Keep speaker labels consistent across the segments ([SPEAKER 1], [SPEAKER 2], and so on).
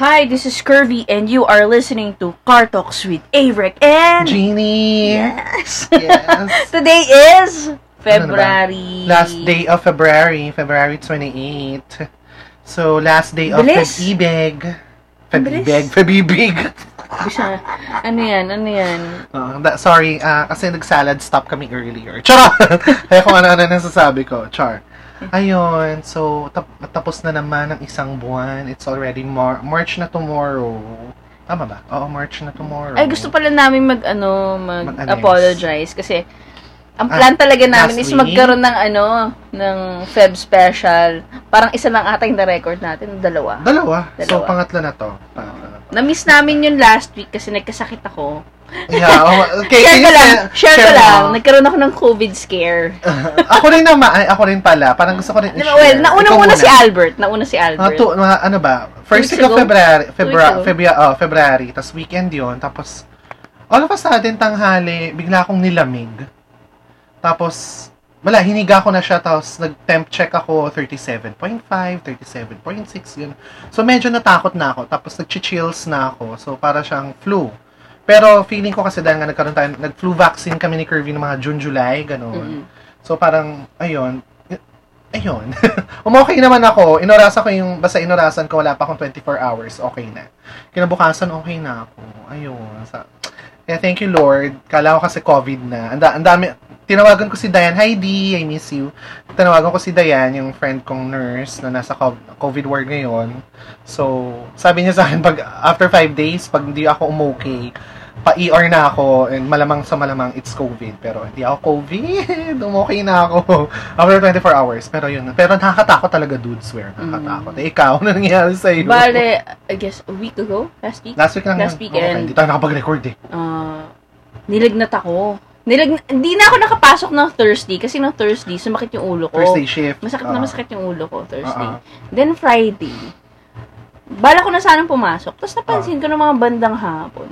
[SPEAKER 1] Hi, this is Curvy, and you are listening to Car Talks with Averick and...
[SPEAKER 2] Genie!
[SPEAKER 1] Yes!
[SPEAKER 2] Yes.
[SPEAKER 1] Today is
[SPEAKER 2] Ano na ba?
[SPEAKER 1] February.
[SPEAKER 2] Last day of February, February 28. So, last day of
[SPEAKER 1] Bilis.
[SPEAKER 2] Pag-ibig.
[SPEAKER 1] Ang bilis.
[SPEAKER 2] Pag-ibig. Pag-ibig.
[SPEAKER 1] Bisa, ano yan? Ano yan?
[SPEAKER 2] Uh, da- sorry, ah, kasi nag-salad stop kami earlier. Charo! Kaya kung ano-ano nasasabi ko. Char. Ayun, so tap- tapos na naman ang isang buwan. It's already Mar- March na tomorrow. Tama ba? Oo, March na tomorrow.
[SPEAKER 1] Ay, gusto pala namin mag, ano, mag,
[SPEAKER 2] Mag-announce.
[SPEAKER 1] apologize kasi ang
[SPEAKER 2] Ah,
[SPEAKER 1] plan talaga namin
[SPEAKER 2] last
[SPEAKER 1] is
[SPEAKER 2] week?
[SPEAKER 1] magkaroon ng, ano, ng Feb special. Parang isa lang ata yung na-record natin, dalawa.
[SPEAKER 2] Dalawa. So,
[SPEAKER 1] Dalawa.
[SPEAKER 2] pangatlo na to. Pangatlo na to.
[SPEAKER 1] Na-miss namin yun last week kasi nagkasakit ako.
[SPEAKER 2] Yeah, oh, okay.
[SPEAKER 1] share ko
[SPEAKER 2] please,
[SPEAKER 1] lang,
[SPEAKER 2] eh,
[SPEAKER 1] share, ko
[SPEAKER 2] mo.
[SPEAKER 1] lang. Nagkaroon ako ng COVID scare.
[SPEAKER 2] ako rin naman, ay, ako rin pala. Parang gusto ko rin
[SPEAKER 1] Diba, well, naunang-una si Albert. Nauna si
[SPEAKER 2] Ah,
[SPEAKER 1] Albert.
[SPEAKER 2] to, mga ano ba? First
[SPEAKER 1] Two weeks
[SPEAKER 2] week of
[SPEAKER 1] ago?
[SPEAKER 2] February, February,
[SPEAKER 1] ago.
[SPEAKER 2] February, oh, February, tapos weekend yon tapos all of a sudden, tanghali, bigla akong nilamig. Tapos, wala, hiniga ko na siya, tapos nag-temp check ako, 37.5, 37.6, yun. So, medyo natakot na ako, tapos nag-chills na ako, so para siyang flu. Pero feeling ko kasi dahil nga nagkaroon tayo, nag-flu vaccine kami ni Kirby ng mga June, July, gano'n.
[SPEAKER 1] Mm-mm.
[SPEAKER 2] So parang, ayun, y- ayun. Umokay naman ako. Inorasa ko yung, basta inorasan ko, wala pa akong 24 hours, okay na. Kinabukasan, okay na ako. Ayun. Sa, kaya Eh, thank you, Lord. Kala ko kasi COVID na. Ang da- ang dami, tinawagan ko si Diane, Hi, Dee, I miss you. Tinawagan ko si Diane, yung friend kong nurse na nasa co- COVID ward ngayon. So, sabi niya sa akin, pag, after five days, pag hindi ako umokay, pa-ER na ako and malamang sa malamang it's COVID. Pero hindi ako COVID. Umokay na ako. After 24 hours. Pero yun. Pero nakakatakot talaga, dude. Swear. Nakakatakot. Eh, ikaw, ano nangyari sa'yo?
[SPEAKER 1] Mm. Bale, I guess, a week ago? Last week?
[SPEAKER 2] Last week lang.
[SPEAKER 1] Last
[SPEAKER 2] yun.
[SPEAKER 1] weekend.
[SPEAKER 2] Okay, hindi tayo nakapag-record eh.
[SPEAKER 1] Ah, nilagnat ako. Nilag hindi na ako nakapasok ng Thursday kasi ng Thursday sumakit yung ulo ko.
[SPEAKER 2] Thursday
[SPEAKER 1] Oh,
[SPEAKER 2] shift.
[SPEAKER 1] Masakit
[SPEAKER 2] Ah.
[SPEAKER 1] na masakit yung ulo ko Thursday.
[SPEAKER 2] Ah, ah.
[SPEAKER 1] Then Friday, bala ko na sanang pumasok. Tapos napansin ko ng mga bandang hapon.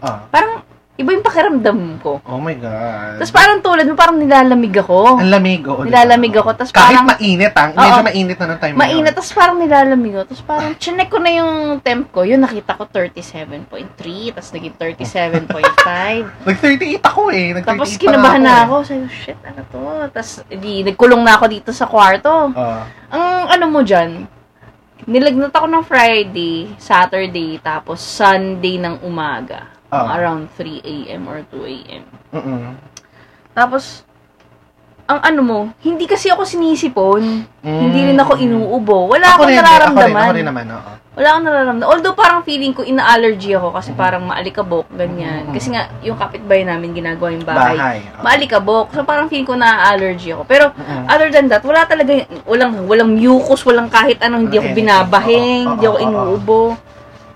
[SPEAKER 2] Ah.
[SPEAKER 1] Parang iba yung pakiramdam ko.
[SPEAKER 2] Oh my God.
[SPEAKER 1] Tapos parang tulad mo, parang nilalamig ako.
[SPEAKER 2] ang lamig, oo. diba?
[SPEAKER 1] Nilalamig ako, tas
[SPEAKER 2] Kahit
[SPEAKER 1] parang-
[SPEAKER 2] mainit, ang, medyo
[SPEAKER 1] Oo.
[SPEAKER 2] mainit na ng time na
[SPEAKER 1] Mainit,
[SPEAKER 2] yun.
[SPEAKER 1] tapos parang nilalamig ako. Tapos parang, chinek ko na yung temp ko. Yun, nakita ko 37.3, tapos naging 37.5.
[SPEAKER 2] Nag 38 ako eh. Nag 38
[SPEAKER 1] Tapos
[SPEAKER 2] pa
[SPEAKER 1] kinabahan na
[SPEAKER 2] eh.
[SPEAKER 1] ako. Sabi ko, shit, ano to? Tapos di, nagkulong na ako dito sa kwarto.
[SPEAKER 2] Ah.
[SPEAKER 1] Ang ano mo dyan, nilagnat ako ng Friday, Saturday, tapos Sunday ng umaga.
[SPEAKER 2] Ah.
[SPEAKER 1] Around 3 a.m. or 2 a.m.
[SPEAKER 2] Mm-mm.
[SPEAKER 1] Tapos, ang ano mo, hindi kasi ako sinisipon.
[SPEAKER 2] Mm.
[SPEAKER 1] Hindi rin ako inuubo. Wala akong
[SPEAKER 2] Ako rin,
[SPEAKER 1] nararamdaman.
[SPEAKER 2] Ako rin, ako rin naman, oo.
[SPEAKER 1] Wala akong nararamdaman. Although parang feeling ko ina-allergy ako kasi parang maalikabok, ganyan.
[SPEAKER 2] Mhm.
[SPEAKER 1] Kasi nga, yung kapitbahay namin ginagawa yung bahay.
[SPEAKER 2] Bahay. oo.
[SPEAKER 1] maalikabok. So parang feeling ko na-allergy ako. Pero
[SPEAKER 2] Mm-mm.
[SPEAKER 1] other than that, wala talaga, walang, walang mucus, walang kahit anong, hindi ako
[SPEAKER 2] Anything.
[SPEAKER 1] binabahing,
[SPEAKER 2] Oo,
[SPEAKER 1] hindi ako
[SPEAKER 2] oo, oo.
[SPEAKER 1] inuubo.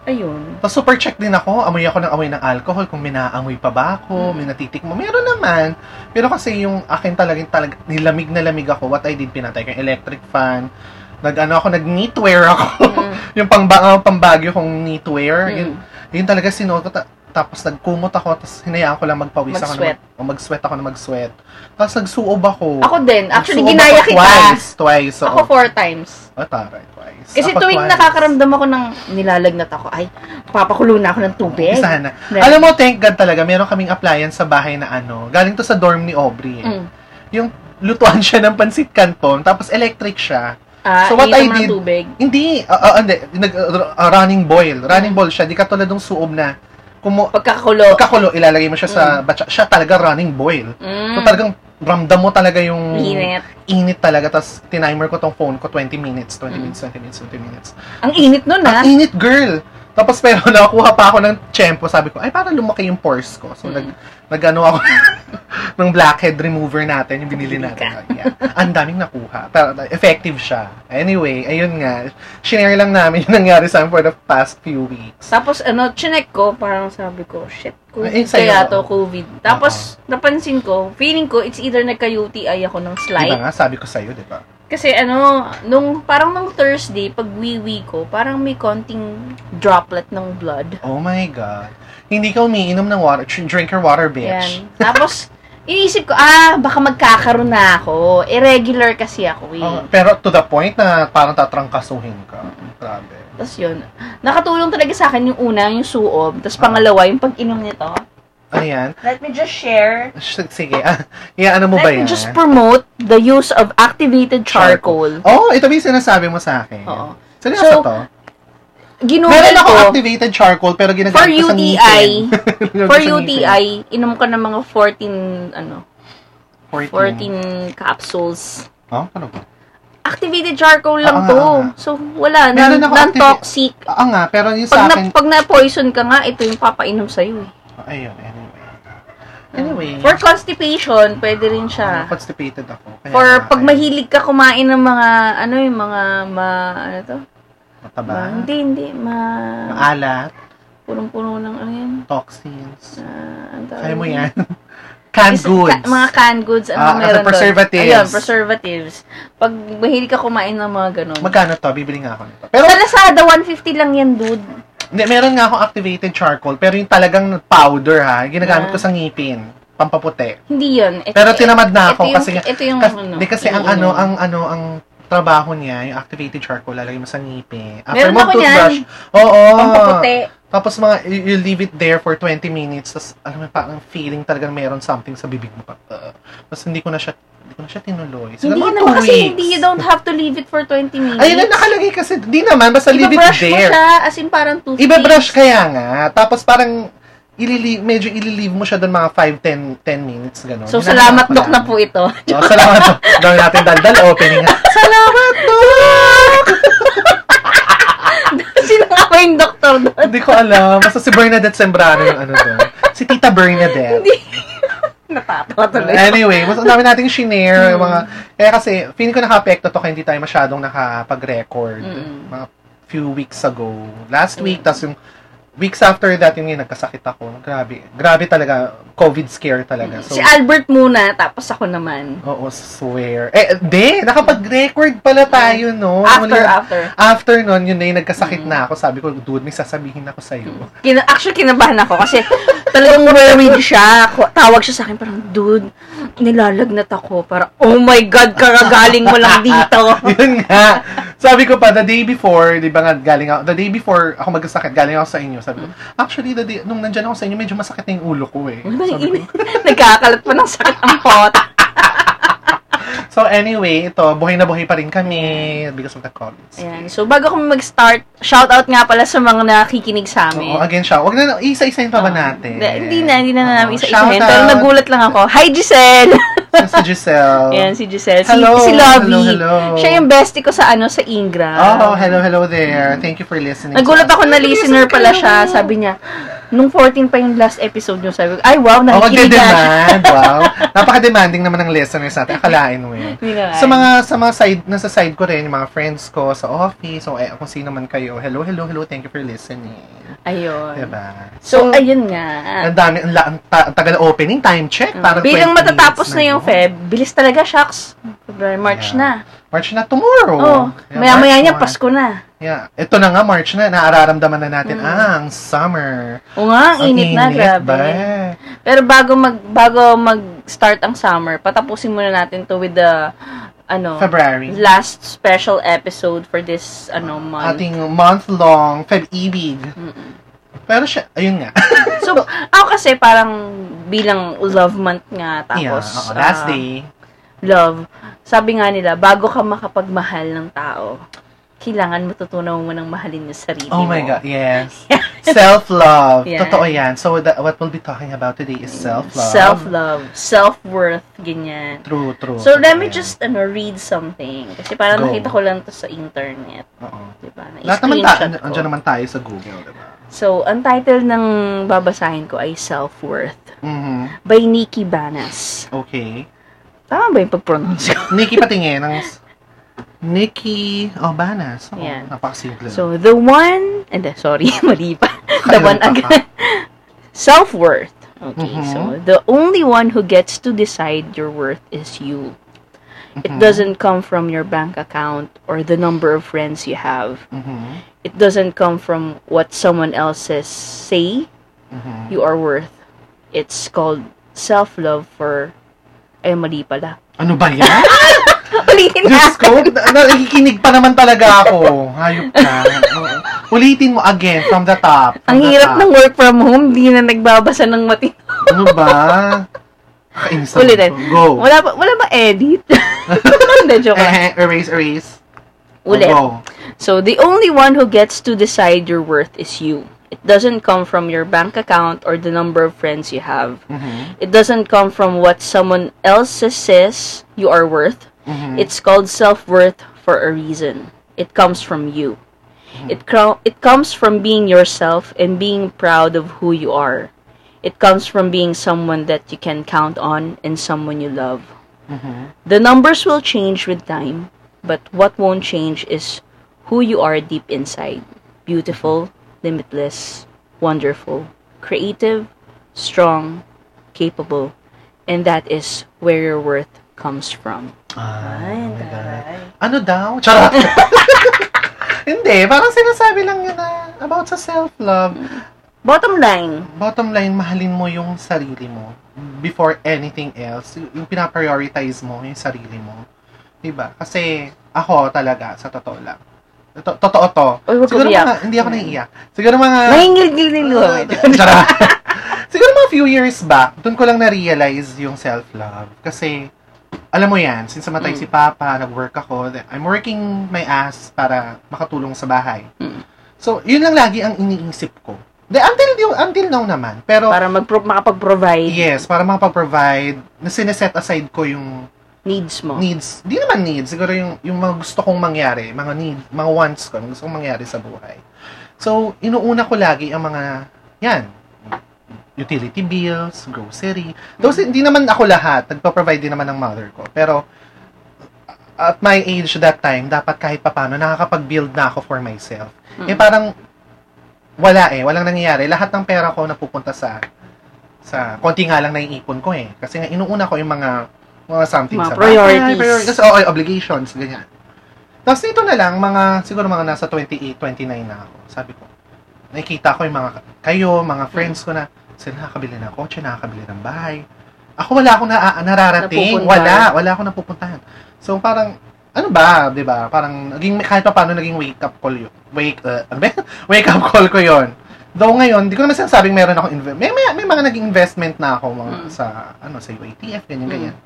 [SPEAKER 1] Ayun.
[SPEAKER 2] Tapos super check din ako, amoy ako ng amoy ng alcohol, kung minaamoy pa
[SPEAKER 1] Mm.
[SPEAKER 2] ba ako, may natitik mo. Meron naman. Pero kasi yung akin talagang talag, nilamig na lamig ako. What I did, pinatay ko yung electric fan. Nag ano ako, nag knitwear ako.
[SPEAKER 1] Mm.
[SPEAKER 2] yung pangbag pambagyo kong knitwear.
[SPEAKER 1] Mm.
[SPEAKER 2] Yun, yun talaga sinuot ko. Ta- tapos nagkumot ako, tapos hinayaan ko lang magpawis ako.
[SPEAKER 1] Mag-sweat.
[SPEAKER 2] Na mag, o mag-sweat ako na mag-sweat. Tapos nagsuob ako.
[SPEAKER 1] Ako din, actually,
[SPEAKER 2] Nagsuob
[SPEAKER 1] ginaya
[SPEAKER 2] ako
[SPEAKER 1] kita.
[SPEAKER 2] Twice, twice. oo.
[SPEAKER 1] Ako four times.
[SPEAKER 2] Oh, taray, twice.
[SPEAKER 1] Kasi
[SPEAKER 2] Ako
[SPEAKER 1] tuwing
[SPEAKER 2] twice.
[SPEAKER 1] nakakaramdam ako ng nilalagnat ako, ay, papakulo na ako ng tubig.
[SPEAKER 2] Isa na.
[SPEAKER 1] Then,
[SPEAKER 2] Alam mo, thank God talaga, meron kaming appliance sa bahay na ano. Galing to sa dorm ni Aubrey. eh.
[SPEAKER 1] mm,
[SPEAKER 2] Lutuan siya ng pansit canton, tapos electric siya.
[SPEAKER 1] ah,
[SPEAKER 2] So what
[SPEAKER 1] iniinom
[SPEAKER 2] I
[SPEAKER 1] ako ng
[SPEAKER 2] did-
[SPEAKER 1] tubig.
[SPEAKER 2] Hindi, ah, ah, hindi, nag, ah, running boil. Running boil siya, di katulad ng suob na kumu
[SPEAKER 1] Pagkakulo.
[SPEAKER 2] pagkakulo, ilalagay mo siya sa batsa. Siya talaga running boil.
[SPEAKER 1] Mm,
[SPEAKER 2] So talagang ramdam mo talaga yung
[SPEAKER 1] init.
[SPEAKER 2] init talaga. Tapos tinimer ko tong phone ko 20 minutes, 20
[SPEAKER 1] Mm.
[SPEAKER 2] minutes, 20 minutes, 20 minutes.
[SPEAKER 1] Ang init nun, ah. ha?
[SPEAKER 2] Ang init, girl! Tapos pero nakuha pa ako ng tiyempo, sabi ko, ay parang lumaki yung pores ko. So
[SPEAKER 1] Mm.
[SPEAKER 2] nag, nag ano ako ng blackhead remover natin, yung binili natin. Yeah. Ang daming nakuha. Pero uh, effective siya. Anyway, ayun nga. Shinare lang namin yung nangyari sa amin for the past few weeks.
[SPEAKER 1] Tapos ano, chinek ko, parang sabi ko, shit, COVID
[SPEAKER 2] Eh, sa'yo, Ah,
[SPEAKER 1] kaya to,
[SPEAKER 2] oo.
[SPEAKER 1] COVID. Tapos, napansin ko, feeling ko, it's either nagka-UTI ako ng
[SPEAKER 2] Diba
[SPEAKER 1] slight.
[SPEAKER 2] nga, sabi ko sa'yo, diba?
[SPEAKER 1] Kasi ano, nung, parang nung Thursday, pag wiwi ko, parang may konting droplet ng blood.
[SPEAKER 2] Oh my God. Hindi ka umiinom ng water. Tr- Drink your water, bitch.
[SPEAKER 1] Yan. Tapos, iniisip ko, ah, baka magkakaroon na ako. Irregular kasi ako eh.
[SPEAKER 2] Oh, pero to the point na parang tatrangkasuhin ka. Grabe.
[SPEAKER 1] Tapos yun, nakatulong talaga sa akin yung una, yung suob. Tapos pangalawa, yung pag-inom nito.
[SPEAKER 2] Ayan.
[SPEAKER 1] Let me just share.
[SPEAKER 2] S- Ano Sige, ah, yeah, ano mo ba
[SPEAKER 1] Let me
[SPEAKER 2] yan?
[SPEAKER 1] just promote the use of activated charcoal.
[SPEAKER 2] Oo, oh, ito ba yung sinasabi mo sa akin?
[SPEAKER 1] Oo.
[SPEAKER 2] Seryoso
[SPEAKER 1] So,
[SPEAKER 2] to?
[SPEAKER 1] Ginugol
[SPEAKER 2] Oh, Meron ako
[SPEAKER 1] ko,
[SPEAKER 2] activated charcoal, pero ginagamit
[SPEAKER 1] For
[SPEAKER 2] ko sa ngipin.
[SPEAKER 1] UTI.
[SPEAKER 2] Ginagamit
[SPEAKER 1] for
[SPEAKER 2] ko sa ngipin.
[SPEAKER 1] UTI, inom ka ng mga 14, ano, 14 capsules.
[SPEAKER 2] Oh, ano ba?
[SPEAKER 1] Activated charcoal lang
[SPEAKER 2] Oo nga,
[SPEAKER 1] to.
[SPEAKER 2] oo nga.
[SPEAKER 1] So, wala.
[SPEAKER 2] Ah. Meron
[SPEAKER 1] Non,
[SPEAKER 2] ako
[SPEAKER 1] non-toxic.
[SPEAKER 2] Oo Ah, nga, pero yung sa
[SPEAKER 1] Pag, na,
[SPEAKER 2] akin... oh,
[SPEAKER 1] pag na-poison ka nga, ito yung papainom sa'yo eh.
[SPEAKER 2] Ayun, anyway. Anyway.
[SPEAKER 1] For constipation, pwede rin
[SPEAKER 2] ah,
[SPEAKER 1] siya.
[SPEAKER 2] constipated ako. Kaya
[SPEAKER 1] For
[SPEAKER 2] nakakain.
[SPEAKER 1] pag mahilig ka kumain ng mga, ano yung mga, ma, ano to?
[SPEAKER 2] Mataba.
[SPEAKER 1] Ma, hindi, hindi, ma,
[SPEAKER 2] Maalat.
[SPEAKER 1] punong-puno ng ano yan.
[SPEAKER 2] Toxins.
[SPEAKER 1] Ah, ang tawag
[SPEAKER 2] Kaya mo
[SPEAKER 1] yun?
[SPEAKER 2] yan. Canned
[SPEAKER 1] Is-
[SPEAKER 2] goods.
[SPEAKER 1] ka- mga canned goods, ano
[SPEAKER 2] Ah,
[SPEAKER 1] uh,
[SPEAKER 2] ano,
[SPEAKER 1] meron doon?
[SPEAKER 2] preservatives.
[SPEAKER 1] Ayun, preservatives. Pag mahilig ka kumain ng mga ganun.
[SPEAKER 2] Magkano to? Bibili nga ako nito. Pero,
[SPEAKER 1] Sa Lazada, 150 lang yan, dude.
[SPEAKER 2] hindi, meron nga akong activated charcoal, pero yung talagang powder ha, ginagamit
[SPEAKER 1] Ah.
[SPEAKER 2] ko sa ngipin, pampaputi.
[SPEAKER 1] Hindi yun. Ito,
[SPEAKER 2] Pero tinamad na ako
[SPEAKER 1] ito yung,
[SPEAKER 2] kasi nga,
[SPEAKER 1] Ito yung,
[SPEAKER 2] kasi,
[SPEAKER 1] Eh, ano.
[SPEAKER 2] di kasi ang ano, ang ano, ang trabaho niya, yung activated charcoal, lalagay mo sa ngipin. After
[SPEAKER 1] Meron
[SPEAKER 2] mo
[SPEAKER 1] ako
[SPEAKER 2] toothbrush,
[SPEAKER 1] niyan.
[SPEAKER 2] oo.
[SPEAKER 1] Pampaputi.
[SPEAKER 2] Tapos mga, you, you leave it there for 20 minutes, tapos alam mo, parang feeling talagang meron something sa bibig mo. pa. Uh, tapos hindi ko na siya, hindi ko na siya tinuloy. Sila
[SPEAKER 1] Hindi
[SPEAKER 2] mga
[SPEAKER 1] naman
[SPEAKER 2] two
[SPEAKER 1] kasi
[SPEAKER 2] weeks.
[SPEAKER 1] hindi, you don't have to leave it for 20 minutes.
[SPEAKER 2] Ayun na, nakalagay kasi, di naman, basta leave it
[SPEAKER 1] Ibabrush mo
[SPEAKER 2] there.
[SPEAKER 1] siya, as in parang toothpaste.
[SPEAKER 2] Iba-brush kaya nga. Tapos parang ilili medyo ililive mo siya doon mga 5 10 10 minutes ganun.
[SPEAKER 1] So,
[SPEAKER 2] Ginagawa
[SPEAKER 1] salamat,
[SPEAKER 2] ko
[SPEAKER 1] Dok,
[SPEAKER 2] lang.
[SPEAKER 1] na po ito.
[SPEAKER 2] No, Oh, salamat Dok. Gawin natin daldal opening. ha? Salamat Dok.
[SPEAKER 1] Sino nga ba yung doktor doon?
[SPEAKER 2] Hindi ko alam. Basta si Bernadette Sembrano yung ano doon. Si Tita Bernadette.
[SPEAKER 1] Hindi. Natatawa tuloy.
[SPEAKER 2] Anyway, mas ang dami nating shinare, yung mga,
[SPEAKER 1] Hmm.
[SPEAKER 2] kaya kasi, feeling ko naka-apekto to kaya hindi tayo masyadong nakapag-record.
[SPEAKER 1] Mm.
[SPEAKER 2] Mga few weeks ago. Last week, tas yung weeks after that, yung yun, nagkasakit ako. Grabe. Grabe talaga. COVID scare talaga. So,
[SPEAKER 1] si Albert muna, tapos ako naman.
[SPEAKER 2] Oo, swear. Eh, di, nakapag-record pala tayo,
[SPEAKER 1] Mm.
[SPEAKER 2] no?
[SPEAKER 1] After, Mm.
[SPEAKER 2] Muli-
[SPEAKER 1] after.
[SPEAKER 2] after nun, yun na yung nagkasakit na ako. Sabi ko, dude, may sasabihin ako sa'yo.
[SPEAKER 1] Kina- actually, kinabahan ako kasi talagang worried siya. Ko- Tawag siya sa akin, parang, dude, nilalagnat ako. Parang, oh my God, karagaling mo lang dito.
[SPEAKER 2] yun nga. Sabi ko pa, the day before, di ba nga, galing ako, the day before ako magkasakit, galing ako sa inyo.
[SPEAKER 1] Mm.
[SPEAKER 2] Sabi ko, actually, the day, nung nandyan ako sa inyo, medyo masakit na yung ulo ko eh.
[SPEAKER 1] Ano
[SPEAKER 2] Sabi ko,
[SPEAKER 1] Nagkakalat pa ng sakit ang pot.
[SPEAKER 2] so anyway, ito, buhay na buhay pa rin kami because of the COVID.
[SPEAKER 1] Ayan. So, bago kami mag-start, shoutout nga pala sa mga nakikinig sa
[SPEAKER 2] Oo,
[SPEAKER 1] amin.
[SPEAKER 2] again siya. Wag na, isa-isahin pa ba natin?
[SPEAKER 1] Ah, Hindi- Hindi na, hindi na
[SPEAKER 2] Oo,
[SPEAKER 1] namin isa-isahin.
[SPEAKER 2] shoutout
[SPEAKER 1] Pero nagulat lang ako. Hi, Giselle!
[SPEAKER 2] Si Giselle.
[SPEAKER 1] Ayan, si Giselle. Si,
[SPEAKER 2] Hello,
[SPEAKER 1] si Lovey.
[SPEAKER 2] hello, hello.
[SPEAKER 1] Siya yung bestie ko sa ano, sa Ingram.
[SPEAKER 2] Oh, hello, hello there. Thank you for listening.
[SPEAKER 1] Nagulat
[SPEAKER 2] to us.
[SPEAKER 1] ako na listener pala siya. Sabi niya, nung 14 pa yung last episode niyo, sabi ko, ay wow,
[SPEAKER 2] Oh,
[SPEAKER 1] nakikinig na siya.
[SPEAKER 2] magde-demand. wow. Napaka-demanding naman ng listeners natin. Akalain mo yun.
[SPEAKER 1] Hindi naman.
[SPEAKER 2] Sa mga sa mga side nasa side ko rin yung mga friends ko sa office o eh, kung sino man kayo. Hello, hello, hello. Thank you for listening.
[SPEAKER 1] Ayun.
[SPEAKER 2] Diba?
[SPEAKER 1] So, ayun nga.
[SPEAKER 2] ang dami ang, la- ang, ta- ang tagal opening time check parang
[SPEAKER 1] Oh, Bilang
[SPEAKER 2] 20
[SPEAKER 1] matatapos
[SPEAKER 2] minutes
[SPEAKER 1] na yung
[SPEAKER 2] yun.
[SPEAKER 1] Feb, bilis talaga, shucks. February, March
[SPEAKER 2] Yeah.
[SPEAKER 1] na.
[SPEAKER 2] March na tomorrow.
[SPEAKER 1] Oh,
[SPEAKER 2] Yeah,
[SPEAKER 1] maya-maya
[SPEAKER 2] March
[SPEAKER 1] niya,
[SPEAKER 2] na.
[SPEAKER 1] Pasko na.
[SPEAKER 2] Yeah. Ito na nga March na naararamdaman na natin ah, ang summer.
[SPEAKER 1] O nga, Hmm. ang
[SPEAKER 2] Ang
[SPEAKER 1] init, na, grabe.
[SPEAKER 2] ba?
[SPEAKER 1] Pero bago mag bago mag-start ang summer, patapusin muna natin to with the ano,
[SPEAKER 2] February.
[SPEAKER 1] last special episode for this ano month.
[SPEAKER 2] ating month-long Feb-ibig.
[SPEAKER 1] Mm-mm.
[SPEAKER 2] Pero siya, ayun nga.
[SPEAKER 1] So, ako kasi parang bilang love month nga tapos
[SPEAKER 2] yeah, oo,
[SPEAKER 1] ah,
[SPEAKER 2] last day.
[SPEAKER 1] love. Sabi nga nila, bago ka makapagmahal ng tao, kailangan matutunan mo ng mahalin yung sarili mo.
[SPEAKER 2] Oh my God, yes. self-love.
[SPEAKER 1] Yeah.
[SPEAKER 2] Totoo yan. So, the, what we'll be talking about today is self-love.
[SPEAKER 1] Self-love, self-worth, ganyan.
[SPEAKER 2] True, true.
[SPEAKER 1] So, let
[SPEAKER 2] Totoo
[SPEAKER 1] me
[SPEAKER 2] yan.
[SPEAKER 1] just ano, read something. Kasi parang
[SPEAKER 2] Go.
[SPEAKER 1] nakita ko lang to sa internet.
[SPEAKER 2] Oo.
[SPEAKER 1] Diba?
[SPEAKER 2] Lahat naman tayo,
[SPEAKER 1] Na-screenshot ko.
[SPEAKER 2] andyan naman tayo sa Google, diba?
[SPEAKER 1] So, ang title ng babasahin ko ay Self-Worth
[SPEAKER 2] Mhm.
[SPEAKER 1] by Nikki Banas.
[SPEAKER 2] Okay.
[SPEAKER 1] Tama ba yung pag-pronounce ko?
[SPEAKER 2] Nikki patingin. Ang... Nikki Obanas. Oh,
[SPEAKER 1] Yan.
[SPEAKER 2] Napakasimple.
[SPEAKER 1] So, the one, and eh, sorry, mali pa. The
[SPEAKER 2] Kailan
[SPEAKER 1] one
[SPEAKER 2] pa ka?
[SPEAKER 1] again. Self-worth. Okay,
[SPEAKER 2] Mhm.
[SPEAKER 1] so the only one who gets to decide your worth is you. It
[SPEAKER 2] Mhm.
[SPEAKER 1] doesn't come from your bank account or the number of friends you have.
[SPEAKER 2] Mhm.
[SPEAKER 1] It doesn't come from what someone else says say
[SPEAKER 2] Mhm.
[SPEAKER 1] you are worth. It's called self-love for ay mali pala.
[SPEAKER 2] Ano ba yan?
[SPEAKER 1] Ulitin na.
[SPEAKER 2] Diyos ko, na- nakikinig pa naman talaga ako. Hayop ka. Oo. Ulitin mo again from the top. from
[SPEAKER 1] Ang
[SPEAKER 2] the
[SPEAKER 1] hirap
[SPEAKER 2] top.
[SPEAKER 1] ng work from home, di na nagbabasa ng mati.
[SPEAKER 2] Ano ba? Kainis ako.
[SPEAKER 1] Ulitin. eh.
[SPEAKER 2] Go.
[SPEAKER 1] Wala ba, wala ba edit? Hindi, joke lang.
[SPEAKER 2] Eh, eh, erase, erase. Oh,
[SPEAKER 1] Ulit.
[SPEAKER 2] Go.
[SPEAKER 1] So, the only one who gets to decide your worth is you. It doesn't come from your bank account or the number of friends you have.
[SPEAKER 2] Mhm.
[SPEAKER 1] It doesn't come from what someone else says you are worth.
[SPEAKER 2] Mhm.
[SPEAKER 1] It's called self-worth for a reason. It comes from you. It cro- it comes from being yourself and being proud of who you are. It comes from being someone that you can count on and someone you love.
[SPEAKER 2] Mhm.
[SPEAKER 1] The numbers will change with time, but what won't change is who you are deep inside. Beautiful, limitless, wonderful, creative, strong, capable, and that is where your worth comes from.
[SPEAKER 2] Ay, oh my God. Ano daw? Charot! Hindi, parang sinasabi lang yun na about sa self-love.
[SPEAKER 1] Bottom line,
[SPEAKER 2] Bottom line, mahalin mo yung sarili mo before anything else. Y- Yung pinaprioritize mo, yung sarili mo. Diba? Kasi ako talaga, sa totoo lang. To- totoo to.
[SPEAKER 1] Uy, wag
[SPEAKER 2] Siguro
[SPEAKER 1] umiyak. Mm.
[SPEAKER 2] mga, hindi ako naiiyak. Siguro mga...
[SPEAKER 1] Ah. Nahingil-gil ng luha.
[SPEAKER 2] Charot. Siguro mga few years back, doon ko lang na-realize yung self-love. Kasi, alam mo yan, since namatay
[SPEAKER 1] Mm.
[SPEAKER 2] si Papa, nag-work ako, then I'm working my ass para makatulong sa bahay.
[SPEAKER 1] Mm.
[SPEAKER 2] So, yun lang lagi ang iniisip ko. De, until, you- until now naman. Pero,
[SPEAKER 1] Para magpro- makapag-provide
[SPEAKER 2] yes, para makapag-provide, na sineset aside ko yung
[SPEAKER 1] needs mo.
[SPEAKER 2] needs. Di naman needs, siguro yung, yung mga gusto kong mangyari, mga need, mga wants ko, mga gusto kong mangyari sa buhay. So, inuuna ko lagi ang mga, yan, utility bills, grocery. Those, hindi naman ako lahat. Nagpa-provide din naman ng mother ko. Pero, at my age that time, dapat kahit papano, nakakapag-build na ako for myself. Eh,
[SPEAKER 1] Mm.
[SPEAKER 2] parang, wala eh. Walang nangyayari. Lahat ng pera ko napupunta sa, sa, konti nga lang naiipon ko eh. Kasi nga, inuuna ko yung mga, mga something
[SPEAKER 1] Mga
[SPEAKER 2] sa bahay,
[SPEAKER 1] priorities.
[SPEAKER 2] priorities, oo, obligations, ganyan. Tapos nito na lang, mga, siguro mga nasa 28, 29 na ako. Sabi ko, nakikita ko yung mga kayo, mga friends ko na, sila nakakabili ng kotse, nakakabili ng bahay. Ako wala akong na, ah, nararating.
[SPEAKER 1] Napupuntahan.
[SPEAKER 2] Wala, wala akong napupuntahan. So parang, ano ba, di ba? Parang, naging, kahit pa paano naging wake up call yun. Wake, uh, ano ba yun? wake up call ko yon Though ngayon, di ko naman sinasabing meron akong investment. May, may, may mga naging investment na ako mga,
[SPEAKER 1] Mm.
[SPEAKER 2] sa, ano, sa UATF, ganyan,
[SPEAKER 1] Mm.
[SPEAKER 2] ganyan.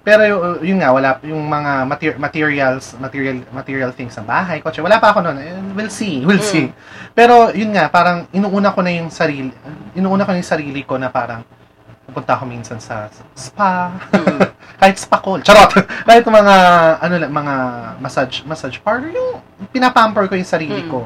[SPEAKER 2] Pero yun, yun nga, wala, yung mga mater- materials, material, material things sa bahay, kotse, wala pa ako noon. Eh, We'll see, we'll
[SPEAKER 1] Mm.
[SPEAKER 2] see. Pero yun nga, parang inuuna ko na yung sarili, inuuna ko na yung sarili ko na parang pupunta ako minsan sa spa.
[SPEAKER 1] Mm.
[SPEAKER 2] Kahit spa ko, charot. Kahit mga ano lang, mga massage massage parlor yung pinapamper ko yung sarili
[SPEAKER 1] Mm.
[SPEAKER 2] ko.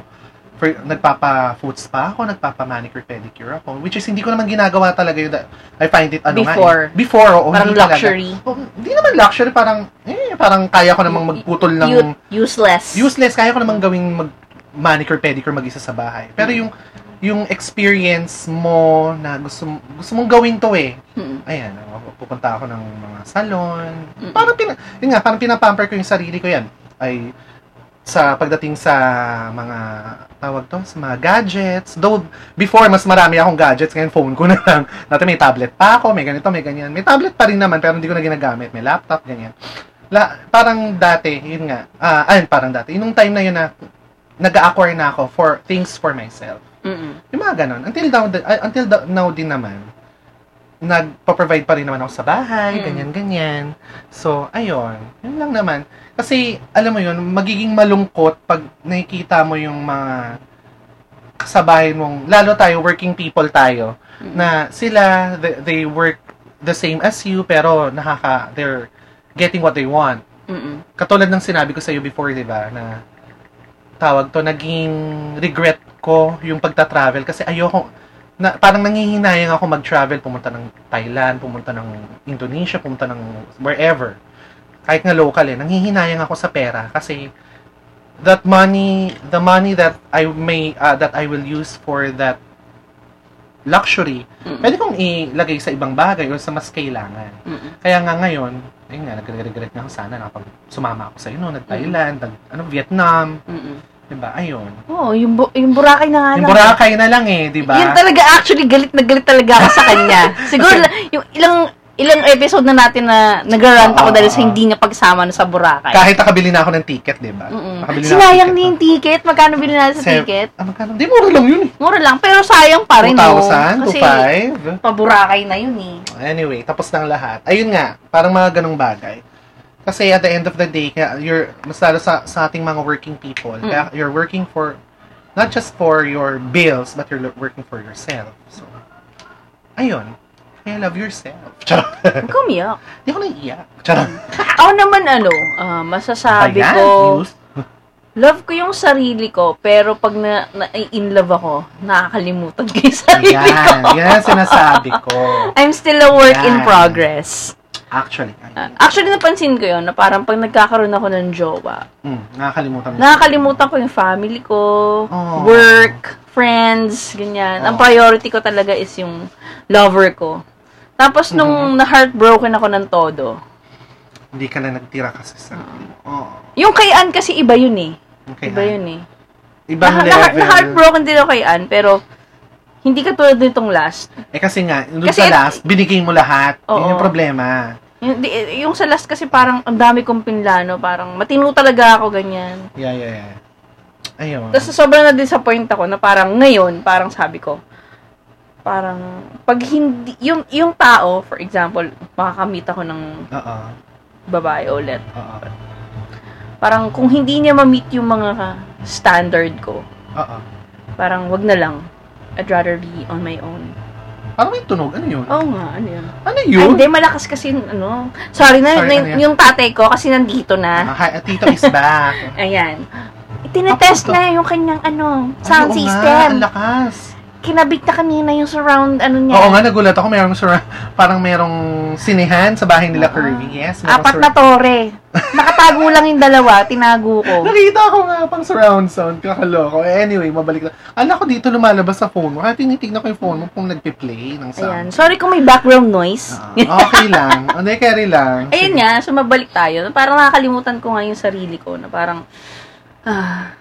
[SPEAKER 2] For, nagpapa foot spa ako, nagpapa manicure pedicure ako, which is hindi ko naman ginagawa talaga yun. I find it ano
[SPEAKER 1] Before.
[SPEAKER 2] nga. eh. Before. oo,
[SPEAKER 1] Parang
[SPEAKER 2] hindi talaga.
[SPEAKER 1] luxury.
[SPEAKER 2] Oh, Hindi naman luxury, parang eh, parang kaya ko namang magputol ng
[SPEAKER 1] U- useless.
[SPEAKER 2] useless. Kaya ko namang gawing mag manicure pedicure mag-isa sa bahay. Pero yung yung experience mo na gusto mo- gusto mong gawin to eh.
[SPEAKER 1] Mm.
[SPEAKER 2] Ayan, ako- pupunta ako ng mga salon.
[SPEAKER 1] Mm.
[SPEAKER 2] Parang pina, yun nga, parang pinapamper ko yung sarili ko yan. Ay sa pagdating sa mga tawag to, sa mga gadgets. Though before mas marami akong gadgets, ngayon phone ko na lang. Dati may tablet pa ako, may ganito, may ganyan. May tablet pa rin naman pero hindi ko na ginagamit, may laptop ganyan. La, parang dati, yun nga. ah ayun, parang dati. Yung time na yun na nag-acquire na ako for things for myself.
[SPEAKER 1] Mm-mm.
[SPEAKER 2] Yung mga ganon. Until now, di- uh, until da- now din naman, nagpa-provide pa rin naman ako sa bahay,
[SPEAKER 1] Mm.
[SPEAKER 2] ganyan-ganyan. So, ayun. Yun lang naman. Kasi, alam mo yun, magiging malungkot pag nakikita mo yung mga kasabayan mong, lalo tayo, working people tayo,
[SPEAKER 1] Mm.
[SPEAKER 2] na sila, they, they work the same as you, pero nakaka, they're getting what they want
[SPEAKER 1] Mm-mm.
[SPEAKER 2] katulad ng sinabi ko sa iyo before, 'di ba, na tawag to naging regret ko yung pagta-travel kasi ayoko na parang nangihinayang ako mag-travel, pumunta ng Thailand, pumunta ng Indonesia, pumunta ng wherever. Kahit nga local eh, nangihinayang ako sa pera kasi that money, the money that I may ah, that I will use for that luxury,
[SPEAKER 1] Mm.
[SPEAKER 2] pwede kong ilagay sa ibang bagay o sa mas kailangan.
[SPEAKER 1] Mm-mm.
[SPEAKER 2] Kaya nga ngayon, ayun nga, nagre-regret na ako sana na pag sumama ako sa inyo, nag-Thailand, nag, ano, Vietnam,
[SPEAKER 1] Mm-mm.
[SPEAKER 2] diba? Ayun.
[SPEAKER 1] Oo, Oh, yung, bu- yung Boracay na nga
[SPEAKER 2] Yung
[SPEAKER 1] lang.
[SPEAKER 2] Boracay na lang eh, diba?
[SPEAKER 1] Yun talaga, actually, galit na galit talaga ako sa kanya. Siguro, yung ilang ilang episode na natin na nagarant ako
[SPEAKER 2] Oo,
[SPEAKER 1] dahil sa
[SPEAKER 2] oo.
[SPEAKER 1] hindi niya pagsama na sa Boracay.
[SPEAKER 2] Kahit nakabili na ako ng ticket, di ba?
[SPEAKER 1] eh. Mm-mm.
[SPEAKER 2] Nakabili na ako ng
[SPEAKER 1] Sinayang
[SPEAKER 2] ticket.
[SPEAKER 1] din yung ticket. Magkano bilhin natin sa
[SPEAKER 2] Sev-
[SPEAKER 1] ticket?
[SPEAKER 2] Ah, magkano? Di, mura lang yun eh.
[SPEAKER 1] Mura lang, pero sayang pa rin. no?
[SPEAKER 2] 2,000,
[SPEAKER 1] Kasi
[SPEAKER 2] 2,500.
[SPEAKER 1] paborakay na yun eh.
[SPEAKER 2] Anyway, tapos ng lahat. Ayun nga, parang mga ganong bagay. Kasi at the end of the day, kaya you're, mas lalo sa, sa ating mga working people,
[SPEAKER 1] Mm.
[SPEAKER 2] kaya you're working for, not just for your bills, but you're lo- working for yourself. So, ayun. Kaya love yourself. Charot.
[SPEAKER 1] Huwag ka umiyak.
[SPEAKER 2] Hindi ako naiiyak. Charot.
[SPEAKER 1] Ako naman ano, ah, masasabi
[SPEAKER 2] Ayan,
[SPEAKER 1] ko,
[SPEAKER 2] news.
[SPEAKER 1] love ko yung sarili ko, pero pag na, in love ako, nakakalimutan ko yung sarili
[SPEAKER 2] Ayan.
[SPEAKER 1] ko.
[SPEAKER 2] Yan ang sinasabi ko.
[SPEAKER 1] I'm still a work in
[SPEAKER 2] Ayan.
[SPEAKER 1] progress.
[SPEAKER 2] Actually,
[SPEAKER 1] Ah,
[SPEAKER 2] ayun.
[SPEAKER 1] Actually, napansin ko yun, na parang pag nagkakaroon ako ng jowa,
[SPEAKER 2] Mm, nakakalimutan mo.
[SPEAKER 1] nakakalimutan ko yung family ko,
[SPEAKER 2] Oh.
[SPEAKER 1] work, friends, ganyan. Ang
[SPEAKER 2] Oh.
[SPEAKER 1] priority ko talaga is yung lover ko. Tapos
[SPEAKER 2] Mm-hmm.
[SPEAKER 1] nung na-heartbroken ako ng todo,
[SPEAKER 2] Hindi ka na nagtira kasi sa sarili mo. Oo.
[SPEAKER 1] yung kay Ann kasi iba yun eh.
[SPEAKER 2] Okay.
[SPEAKER 1] iba
[SPEAKER 2] ah.
[SPEAKER 1] yun eh.
[SPEAKER 2] Ibang
[SPEAKER 1] Na, na,
[SPEAKER 2] level.
[SPEAKER 1] na heartbroken din ako kay Ann, pero hindi katulad nitong last.
[SPEAKER 2] Eh kasi nga, doon
[SPEAKER 1] Kasi
[SPEAKER 2] sa
[SPEAKER 1] it-
[SPEAKER 2] last, binigay mo lahat.
[SPEAKER 1] Oo.
[SPEAKER 2] Yun yung problema.
[SPEAKER 1] Yung, di- yung sa last kasi parang ang dami kong pinlano, parang matino talaga ako ganyan.
[SPEAKER 2] Yeah, yeah, yeah. Ayun.
[SPEAKER 1] Tapos sobrang na-disappoint ako na parang ngayon, parang sabi ko, parang pag hindi, yung, yung tao, for example, makakamit ako ng
[SPEAKER 2] Oo.
[SPEAKER 1] babae ulit.
[SPEAKER 2] Oo.
[SPEAKER 1] Parang kung hindi niya ma-meet yung mga standard ko,
[SPEAKER 2] Oo.
[SPEAKER 1] parang wag na lang. I'd rather be on my own.
[SPEAKER 2] Parang may tunog. Ano yun?
[SPEAKER 1] Oo nga, ano yun?
[SPEAKER 2] Ano
[SPEAKER 1] Ay,
[SPEAKER 2] yun?
[SPEAKER 1] hindi, malakas kasi, yung ano. Sorry na,
[SPEAKER 2] Sorry,
[SPEAKER 1] na-
[SPEAKER 2] ano yan?
[SPEAKER 1] yung tatay ko kasi nandito na.
[SPEAKER 2] Ah, hi, Tito is back.
[SPEAKER 1] Ayan. Tinetest
[SPEAKER 2] Tapos to.
[SPEAKER 1] na yung kanyang, ano,
[SPEAKER 2] Ay,
[SPEAKER 1] sound
[SPEAKER 2] oo
[SPEAKER 1] system.
[SPEAKER 2] Nga, ang lakas.
[SPEAKER 1] Kinabit na kanina yung surround, ano niya.
[SPEAKER 2] Oo nga, nagulat ako. Merong sura- parang merong sinehan sa bahay nila
[SPEAKER 1] Oo.
[SPEAKER 2] Curvy. Yes, merong
[SPEAKER 1] Apat
[SPEAKER 2] sura-
[SPEAKER 1] na tore. Nakatago lang yung dalawa, tinago ko.
[SPEAKER 2] Nakita ko nga pang surround sound. Kakaloko. Anyway, mabalik na. Alam ko dito lumalabas sa phone mo. Kaya tinitignan ko yung phone mo kung nagpe-play ng sound.
[SPEAKER 1] Ayan. Sorry kung may background noise.
[SPEAKER 2] Ah, okay lang. Hindi, carry lang.
[SPEAKER 1] Ayun nga, so mabalik tayo. Parang nakakalimutan ko nga yung sarili ko na parang, ah,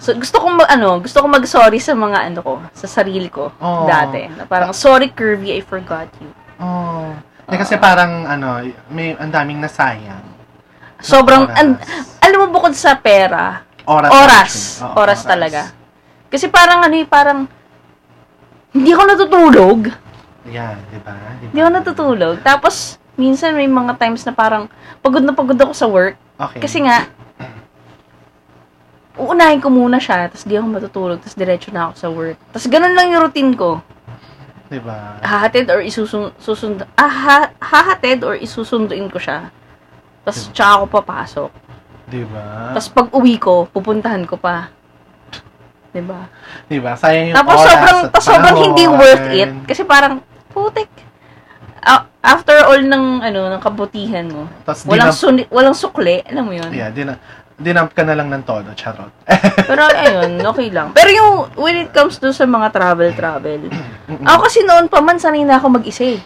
[SPEAKER 1] So, gusto kong mag, ano, gusto kong mag-sorry sa mga, ano ko, sa sarili ko,
[SPEAKER 2] Oo.
[SPEAKER 1] dati. Na parang, sorry, Curvy, I forgot you.
[SPEAKER 2] Oh. Eh,
[SPEAKER 1] Ah.
[SPEAKER 2] kasi parang ano, may ang daming nasayang.
[SPEAKER 1] Sobrang,
[SPEAKER 2] Oras.
[SPEAKER 1] an- alam mo, bukod sa pera,
[SPEAKER 2] oras.
[SPEAKER 1] oras.
[SPEAKER 2] actually. Oo,
[SPEAKER 1] oras talaga. Kasi parang ano eh, parang, hindi ako natutulog.
[SPEAKER 2] Yan, di ba? Di ba?
[SPEAKER 1] Hindi ako natutulog. Tapos, minsan may mga times na parang, pagod na pagod ako sa work.
[SPEAKER 2] Okay.
[SPEAKER 1] Kasi nga, uunahin ko muna siya, tapos di ako matutulog, tapos diretso na ako sa work. Tapos ganun lang yung routine ko.
[SPEAKER 2] di ba?
[SPEAKER 1] Hahatid or isusun susund ah, ha- hahatid or isusunduin ko siya. Tapos tsaka ako papasok.
[SPEAKER 2] Di ba?
[SPEAKER 1] Tapos pag uwi ko, pupuntahan ko pa. 'Di ba?
[SPEAKER 2] Di ba? Sayang yung
[SPEAKER 1] Tapos
[SPEAKER 2] oras.
[SPEAKER 1] sobrang
[SPEAKER 2] at
[SPEAKER 1] tapos sobrang
[SPEAKER 2] panahon.
[SPEAKER 1] hindi worth it kasi parang putik. A- after all ng ano ng kabutihan mo,
[SPEAKER 2] Tapos di
[SPEAKER 1] walang
[SPEAKER 2] na,
[SPEAKER 1] suni, walang sukle, alam mo 'yun.
[SPEAKER 2] yeah, di na, dinamp ka na lang ng todo, charot.
[SPEAKER 1] Pero ayun, okay lang. Pero yung when it comes to sa mga travel travel.
[SPEAKER 2] Mm-mm.
[SPEAKER 1] Ako kasi noon pa man sanay na ako mag-isa. eh.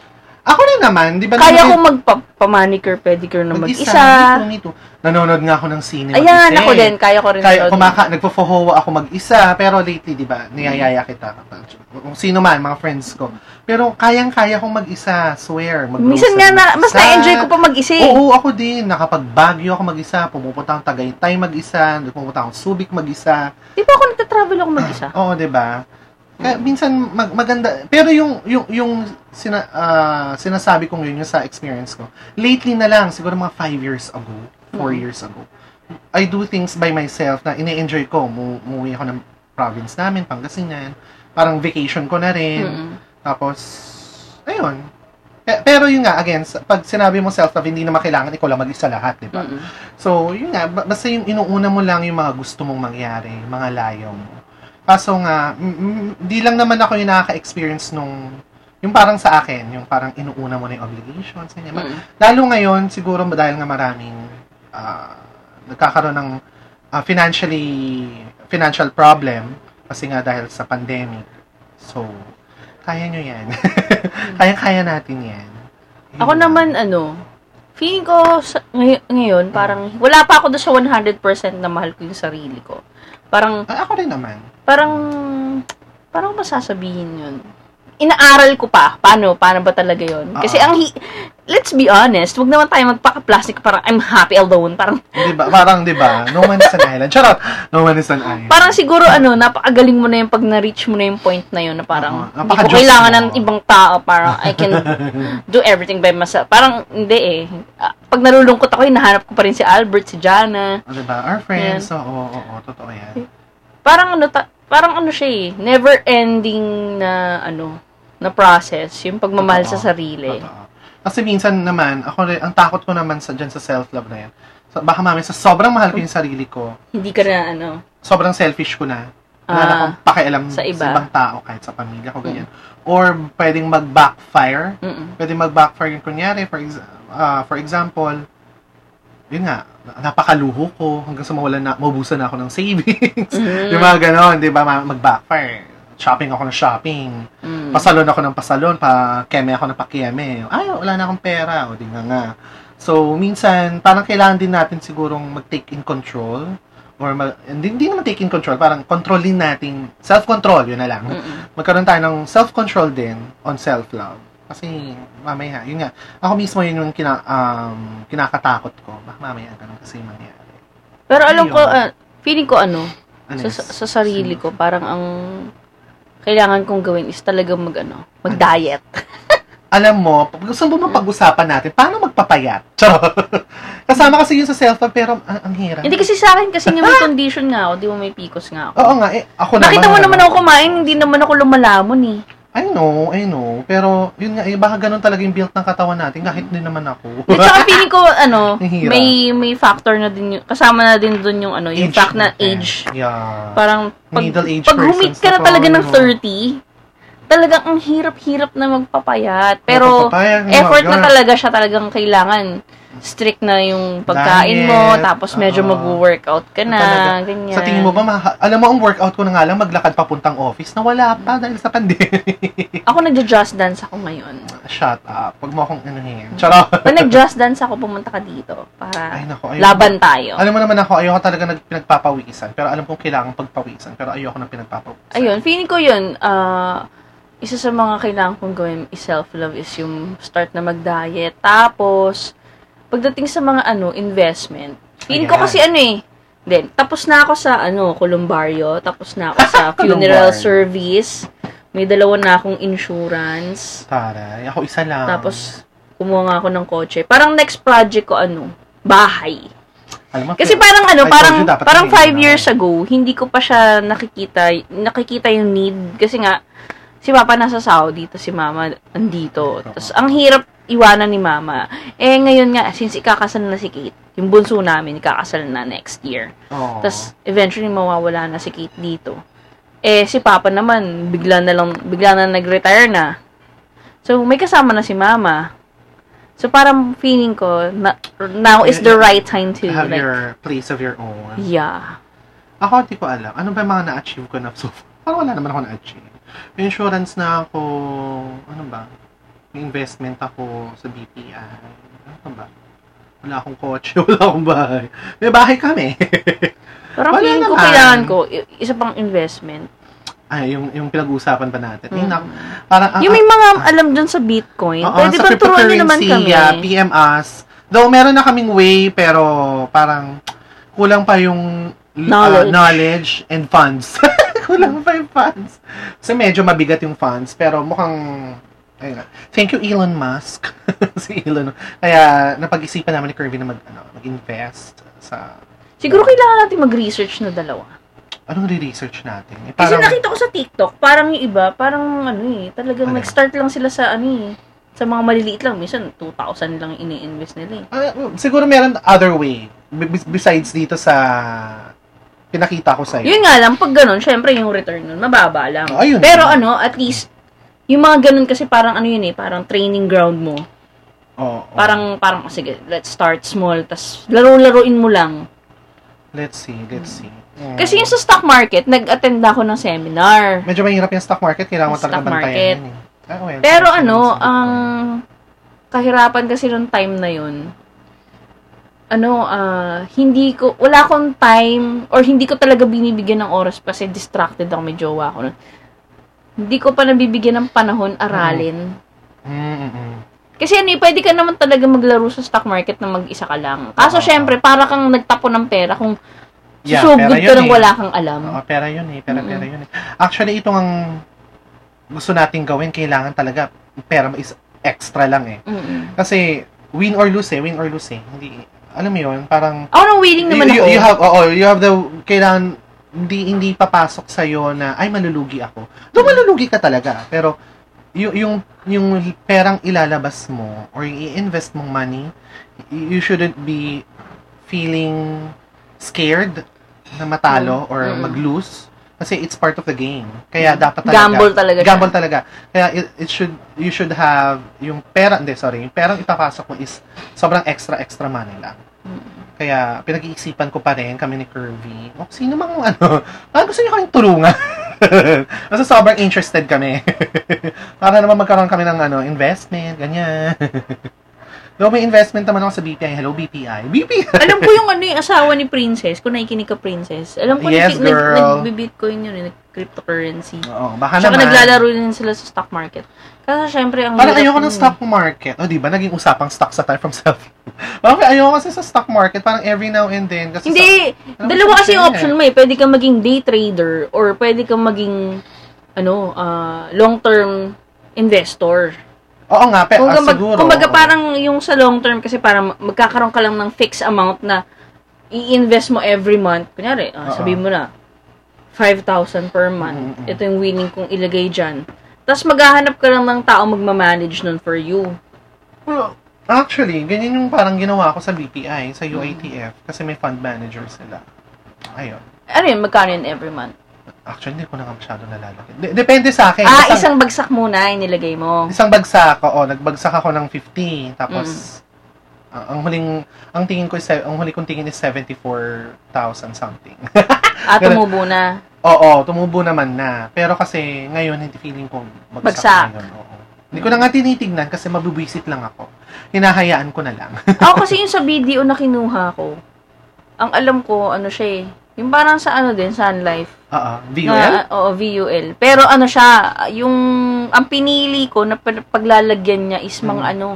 [SPEAKER 2] Ako rin naman, di ba?
[SPEAKER 1] Kaya ko
[SPEAKER 2] naman-
[SPEAKER 1] magpa-manicure pedicure na
[SPEAKER 2] Hindi
[SPEAKER 1] mag-isa.
[SPEAKER 2] ko nito. Nanonood nga ako ng sine
[SPEAKER 1] Ayan,
[SPEAKER 2] mag-isa
[SPEAKER 1] ako
[SPEAKER 2] eh.
[SPEAKER 1] din, kaya ko rin.
[SPEAKER 2] Kaya
[SPEAKER 1] noon.
[SPEAKER 2] kumaka, nagpo-fohowa ako mag-isa, pero lately, di ba, niyayaya kita. Kung sino man, mga friends ko. Pero kayang-kaya kong mag-isa, swear. mag
[SPEAKER 1] Minsan nga na, mas na-enjoy ko pa mag-isa. eh.
[SPEAKER 2] Oo, ako din. Nakapag-Baguio ako mag-isa, pumupunta akong Tagaytay mag-isa, pumunta akong Subic mag-isa.
[SPEAKER 1] Di ba ako nagta-travel ako mag-isa?
[SPEAKER 2] Oo, di ba? Kaya minsan mag- maganda, pero yung yung yung sina, ah, sinasabi kong yun yung sa experience ko. Lately na lang, siguro mga five years ago, four
[SPEAKER 1] Mm.
[SPEAKER 2] years ago. I do things by myself na ine-enjoy ko. Mu- Umuwi ako ng province namin, Pangasinan. Parang vacation ko na rin.
[SPEAKER 1] Mm-mm.
[SPEAKER 2] Tapos, ayun. Pe- Pero yun nga, again, sa- pag sinabi mo self-love, hindi naman kailangan ikaw lang mag-isa lahat, di ba?
[SPEAKER 1] Mm-mm.
[SPEAKER 2] So, yun nga, ba- basta yung inuuna mo lang yung mga gusto mong mangyari, yung mga layo mo. Kaso nga, mm, mm, di lang naman ako yung nakaka-experience nung, yung parang sa akin, yung parang inuuna mo na yung obligations. ganyan. Ma-
[SPEAKER 1] Mm-mm.
[SPEAKER 2] Lalo ngayon, siguro dahil nga maraming ah, nagkakaroon ng ah, financially, financial problem, kasi nga dahil sa pandemic. So, kaya nyo yan. Kaya-kaya natin yan. Yun
[SPEAKER 1] Ako
[SPEAKER 2] lang.
[SPEAKER 1] naman, ano, feeling ko sa, ngay- ngayon, parang wala pa ako doon sa 100% na mahal ko yung sarili ko. Parang,
[SPEAKER 2] Ah, ako rin naman.
[SPEAKER 1] parang, parang masasabihin yun. Inaaral ko pa, paano, paano ba talaga yun? Kasi
[SPEAKER 2] Oo.
[SPEAKER 1] ang, hi- let's be honest, wag naman tayo magpaka-plastic parang I'm happy alone. Parang,
[SPEAKER 2] Di ba? Parang, di ba? No man is an island. Charot! No man is an island.
[SPEAKER 1] parang siguro ano, napakagaling mo na yung pag na-reach mo na yung point na yun na parang, hindi
[SPEAKER 2] Oo,
[SPEAKER 1] ko
[SPEAKER 2] napaka-Diyos
[SPEAKER 1] kailangan
[SPEAKER 2] mo.
[SPEAKER 1] ng ibang tao. Parang, I can do everything by myself. Parang, hindi eh. Ah, Pag nalulungkot ako, hinahanap ko pa rin si Albert, si Jana.
[SPEAKER 2] O, Oh, di ba? Our friends. Oo, oo, oo, Totoo yan.
[SPEAKER 1] Parang ano, ta- parang ano siya eh, never-ending na ano, na process. Yung pagmamahal
[SPEAKER 2] Totoo.
[SPEAKER 1] sa sarili.
[SPEAKER 2] Totoo. Kasi minsan naman, ako rin, ang takot ko naman sa, dyan sa self-love na yan. So, baka mami, sa sobrang mahal ko yung sarili ko,
[SPEAKER 1] Hindi ka na ano,
[SPEAKER 2] sobrang selfish ko na. Wala
[SPEAKER 1] Ah,
[SPEAKER 2] na akong pakialam
[SPEAKER 1] sa
[SPEAKER 2] sa,
[SPEAKER 1] iba.
[SPEAKER 2] ibang tao, kahit sa pamilya ko, ganyan. Or pwedeng mag-backfire.
[SPEAKER 1] mm
[SPEAKER 2] Pwedeng mag-backfire yung kunyari, for, ex- ah, for example, yun nga, na- napakaluho ko hanggang sa mawalan na, maubusan na ako ng savings. yung mga ganon, di ba, ma- mag-backfire. Shopping ako ng shopping.
[SPEAKER 1] mm.
[SPEAKER 2] Pasalon ako ng pasalon, pa keme ako ng pakeme. Ay, wala na akong pera. O, di nga nga. So, minsan, parang kailangan din natin sigurong mag-take in control. Or, mag- hindi, hindi naman take in control. Parang controlin natin. Self-control, yun na lang.
[SPEAKER 1] Mm-mm.
[SPEAKER 2] Magkaroon tayo ng self-control din on self-love. Kasi, mamaya, yun nga. Ako mismo yun yung kina, um, kinakatakot ko. Baka mamaya, ganun kasi yung mangyari.
[SPEAKER 1] Pero alam ko,
[SPEAKER 2] Ayun.
[SPEAKER 1] ah, feeling ko ano,
[SPEAKER 2] Ano
[SPEAKER 1] sa,
[SPEAKER 2] yun?
[SPEAKER 1] sa sarili ko, parang ang kailangan kong gawin is talaga mag, ano, mag-diet.
[SPEAKER 2] alam mo, pag- gusto mo mapag-usapan natin, paano magpapayat? Charot. Kasama kasi yun sa self-love, pero ang, ang hirap.
[SPEAKER 1] Hindi kasi sa akin, kasi nga may condition nga ako, di ba may picos nga ako.
[SPEAKER 2] Oo nga, eh, Ah! ako
[SPEAKER 1] Nakita mo naman
[SPEAKER 2] ano,
[SPEAKER 1] ako kumain, hindi naman ako lumalamon eh.
[SPEAKER 2] I know, I know. Pero, yun nga, eh, baka ganun talaga yung built ng katawan natin, kahit din naman ako.
[SPEAKER 1] At saka feeling ko, ano,
[SPEAKER 2] Ang hirap.
[SPEAKER 1] may may factor na din yun, kasama na din dun yung, ano, yung fact na
[SPEAKER 2] natin.
[SPEAKER 1] age.
[SPEAKER 2] Yeah.
[SPEAKER 1] Parang, pag,
[SPEAKER 2] Middle age
[SPEAKER 1] pag humit
[SPEAKER 2] persons
[SPEAKER 1] ka na
[SPEAKER 2] na to,
[SPEAKER 1] talaga ng
[SPEAKER 2] ano.
[SPEAKER 1] 30, talagang ang hirap-hirap na magpapayat. Pero,
[SPEAKER 2] Magpapayat,
[SPEAKER 1] effort na
[SPEAKER 2] magagano.
[SPEAKER 1] talaga siya talagang kailangan. Strict na yung pagkain mo,
[SPEAKER 2] Diet,
[SPEAKER 1] tapos medyo
[SPEAKER 2] oo.
[SPEAKER 1] mag-workout ka na,
[SPEAKER 2] Talaga.
[SPEAKER 1] ganyan.
[SPEAKER 2] Sa tingin mo ba, maha- alam mo, ang workout ko na nga lang, maglakad papuntang office, na wala pa dahil sa pandemic.
[SPEAKER 1] Ako nagja-just dance ako ngayon.
[SPEAKER 2] Shut up. Huwag mo akong anuhin. Charot.
[SPEAKER 1] Pag nag-just dance ako, pumunta ka dito para
[SPEAKER 2] Ay, nako. ayoko.
[SPEAKER 1] laban tayo.
[SPEAKER 2] Alam mo naman ako, ayoko talaga nag pinagpapawisan. Pero alam kong kailangan pagpawisan. Pero ayoko ng pinagpapawisan.
[SPEAKER 1] Ayun, feeling ko yun, ah, isa sa mga kailangan kong gawin is self-love is yung start na mag-diet. Tapos, pagdating sa mga ano, investment, feeling ko
[SPEAKER 2] Ayan.
[SPEAKER 1] kasi ano eh, then, tapos na ako sa ano, columbario, tapos na ako sa funeral
[SPEAKER 2] Columbario.
[SPEAKER 1] service, may dalawa na akong insurance,
[SPEAKER 2] Taray. Ako isa lang.
[SPEAKER 1] tapos kumuha nga ako ng kotse. Parang next project ko ano, bahay.
[SPEAKER 2] alam mo,
[SPEAKER 1] Kasi
[SPEAKER 2] pero-
[SPEAKER 1] parang ano,
[SPEAKER 2] I told
[SPEAKER 1] parang
[SPEAKER 2] you, dapat
[SPEAKER 1] parang
[SPEAKER 2] may
[SPEAKER 1] five
[SPEAKER 2] ano.
[SPEAKER 1] years ago, hindi ko pa siya nakikita, nakikita yung need. Kasi nga, si Papa nasa Saudi, tapos si Mama andito. Tapos ang hirap iwanan ni Mama. Eh ngayon nga, since ikakasal na si Kate, yung bunso namin, ikakasal na next year.
[SPEAKER 2] Oo.
[SPEAKER 1] Tapos eventually mawawala na si Kate dito. Eh si Papa naman, bigla na lang, bigla na nag-retire na. So may kasama na si Mama. So parang feeling ko na, now is the right time to
[SPEAKER 2] have
[SPEAKER 1] like
[SPEAKER 2] your place of your own.
[SPEAKER 1] Yeah.
[SPEAKER 2] Ako, di ko alam. Ano ba yung mga na-achieve ko na so far? Parang wala naman ako na-achieve. May insurance na ako, ano ba? May investment ako sa BPI. Ano pa ba? Wala akong kotse, wala akong bahay. May bahay kami.
[SPEAKER 1] Parang
[SPEAKER 2] Wala
[SPEAKER 1] feeling ko
[SPEAKER 2] naman.
[SPEAKER 1] kailangan ko, i- isa pang investment.
[SPEAKER 2] Ay, yung, yung pinag-uusapan pa natin. Yung,
[SPEAKER 1] Mm.
[SPEAKER 2] nak- parang, ang-
[SPEAKER 1] yung may mga alam dyan sa Bitcoin,
[SPEAKER 2] Oo,
[SPEAKER 1] pwede
[SPEAKER 2] ah. sa
[SPEAKER 1] ba turuan nyo naman
[SPEAKER 2] cryptocurrency,
[SPEAKER 1] kami?
[SPEAKER 2] yeah, PM us. Though meron na kaming way, pero parang kulang pa yung uh,
[SPEAKER 1] Knowledge.
[SPEAKER 2] knowledge and funds. kulang pa yung funds. Kasi medyo mabigat yung funds, pero mukhang... Ayun nga. Thank you, Elon Musk. si Elon. Kaya napag-isipan namin ni Kirby na mag, ano, mag-invest sa...
[SPEAKER 1] Siguro kailangan natin mag-research na dalawa.
[SPEAKER 2] Anong re-research natin? Eh,
[SPEAKER 1] Kasi
[SPEAKER 2] parang-
[SPEAKER 1] nakita ko sa TikTok, parang yung iba, parang ano eh, talagang
[SPEAKER 2] Ano?
[SPEAKER 1] nag-start lang sila sa ano eh, sa mga maliliit lang. Minsan, 2,000 lang ini-invest nila eh.
[SPEAKER 2] Ah, siguro meron other way. b- Besides dito sa pinakita ko sa'yo.
[SPEAKER 1] Yun nga lang, pag ganun, syempre yung return nun, mababa lang.
[SPEAKER 2] Oh, ayun.
[SPEAKER 1] Pero ano, at least, yung mga ganun kasi parang ano yun eh, parang training ground mo.
[SPEAKER 2] Oo, oo.
[SPEAKER 1] Parang, parang, sige, let's start small, tas laro-laruin mo lang.
[SPEAKER 2] Let's see, let's see. Mm.
[SPEAKER 1] Kasi yung sa stock market, nag-attend ako ng seminar.
[SPEAKER 2] medyo mahirap yung stock market, kailangan mo
[SPEAKER 1] Stock
[SPEAKER 2] talaga
[SPEAKER 1] market.
[SPEAKER 2] bantayan yun. eh. Ah, well,
[SPEAKER 1] Pero
[SPEAKER 2] sige,
[SPEAKER 1] ano,
[SPEAKER 2] sige.
[SPEAKER 1] ang kahirapan kasi nung time na yun, ano, ah, hindi ko, wala akong time, or hindi ko talaga binibigyan ng oras kasi distracted ako, may jowa ako. nun. Hindi ko pa nabibigyan ng panahon aralin.
[SPEAKER 2] Mm, mm, mm.
[SPEAKER 1] Kasi ano, eh, pwede ka naman talaga maglaro sa stock market na mag-isa ka lang. Kaso,
[SPEAKER 2] Oo.
[SPEAKER 1] syempre, para kang nagtapo ng pera kung
[SPEAKER 2] Yeah,
[SPEAKER 1] susugod
[SPEAKER 2] pera
[SPEAKER 1] ka
[SPEAKER 2] yun
[SPEAKER 1] nang
[SPEAKER 2] eh.
[SPEAKER 1] wala kang alam.
[SPEAKER 2] Oo, pera yun eh. Pera, pera yun eh. Actually, ito ang gusto nating gawin, kailangan talaga pera mo is extra lang eh.
[SPEAKER 1] Mm-mm.
[SPEAKER 2] Kasi, win or lose eh. Win or lose eh. Hindi, alam mo yun, parang,
[SPEAKER 1] Ako nang willing
[SPEAKER 2] you,
[SPEAKER 1] naman
[SPEAKER 2] you-
[SPEAKER 1] ako.
[SPEAKER 2] you have, oo, you have the, kailangan, hindi, hindi papasok sa'yo na, ay, malulugi ako.
[SPEAKER 1] Hmm.
[SPEAKER 2] Though malulugi ka talaga, pero, yung, yung, yung perang ilalabas mo, or yung i-invest mong money, you shouldn't be feeling scared na matalo or
[SPEAKER 1] Mm.
[SPEAKER 2] mag-lose. Kasi it's part of the game. Kaya dapat talaga.
[SPEAKER 1] Hmm. Gamble talaga siya.
[SPEAKER 2] Gamble talaga. Kaya it, it should, you should have, yung pera, hindi, sorry, yung perang ipapasok mo is sobrang extra, extra money lang.
[SPEAKER 1] Hmm.
[SPEAKER 2] Kaya pinag-iisipan ko pa rin kami ni Curvy. O, sino mang ano? Ah, gusto niyo kaming tulungan. Kasi sobrang interested kami. Para naman magkaroon kami ng ano, investment, ganyan. Though may investment naman ako sa BPI. Hello, BPI. BPI!
[SPEAKER 1] alam ko yung ano yung asawa ni Princess, kung nakikinig ka Princess. Alam ko
[SPEAKER 2] Yes,
[SPEAKER 1] nag,
[SPEAKER 2] girl.
[SPEAKER 1] nag, nag-bitcoin yun, eh, nag-cryptocurrency.
[SPEAKER 2] Oo, baka
[SPEAKER 1] Tsaka
[SPEAKER 2] naman.
[SPEAKER 1] naglalaro din sila sa stock market. Kasi syempre, ang
[SPEAKER 2] Parang
[SPEAKER 1] hirap
[SPEAKER 2] ayoko
[SPEAKER 1] nun
[SPEAKER 2] ng
[SPEAKER 1] eh.
[SPEAKER 2] stock market. O, di ba? Naging usapang stock sa time from self. Bakit ayoko kasi sa stock market? Parang every now and then. Kasi
[SPEAKER 1] Hindi,
[SPEAKER 2] Alam mo,
[SPEAKER 1] dalawa kasi yung
[SPEAKER 2] syempre.
[SPEAKER 1] option mo eh. Pwede kang maging day trader or pwede kang maging ano, ah, long-term investor.
[SPEAKER 2] Sa, oo nga, pero
[SPEAKER 1] Kung
[SPEAKER 2] ah,
[SPEAKER 1] mag,
[SPEAKER 2] siguro.
[SPEAKER 1] kumbaga
[SPEAKER 2] oo.
[SPEAKER 1] parang yung sa long term kasi parang magkakaroon ka lang ng fixed amount na i-invest mo every month. Kunyari, ah,
[SPEAKER 2] Oo.
[SPEAKER 1] sabihin mo na, 5,000 per month.
[SPEAKER 2] Mm-mm.
[SPEAKER 1] Ito yung winning kong ilagay dyan. Tapos maghahanap ka lang ng tao magmamanage nun for you.
[SPEAKER 2] Well, actually, ganyan yung parang ginawa ko sa BPI, sa UITF, kasi may fund manager sila. Ayun.
[SPEAKER 1] Ano yun, magkano yun every month?
[SPEAKER 2] Actually, hindi ko na nga masyado nalalaki. De- depende sa akin.
[SPEAKER 1] Ah, isang bagsak muna inilagay mo.
[SPEAKER 2] isang bagsak, oo. Nagbagsak ako ng 50, tapos
[SPEAKER 1] Mm.
[SPEAKER 2] ang, ang huling, ang tingin ko, is, se- ang huli kong tingin is 74,000 something.
[SPEAKER 1] Ah, tumubo na.
[SPEAKER 2] Oo, tumubo naman na. Pero kasi ngayon, hindi feeling ko bagsak.
[SPEAKER 1] Bagsak.
[SPEAKER 2] Ngayon, oo. Hindi ko na nga tinitignan kasi mabubwisit lang ako. Hinahayaan ko na lang.
[SPEAKER 1] Ako kasi yung sa video na kinuha ko, ang alam ko, ano siya eh, yung parang sa ano din, Sun Life.
[SPEAKER 2] Oo, VOL?
[SPEAKER 1] Na, Ah, oo, VUL. Pero ano siya, yung, ang pinili ko na pag- paglalagyan niya is mga
[SPEAKER 2] Mm.
[SPEAKER 1] ano,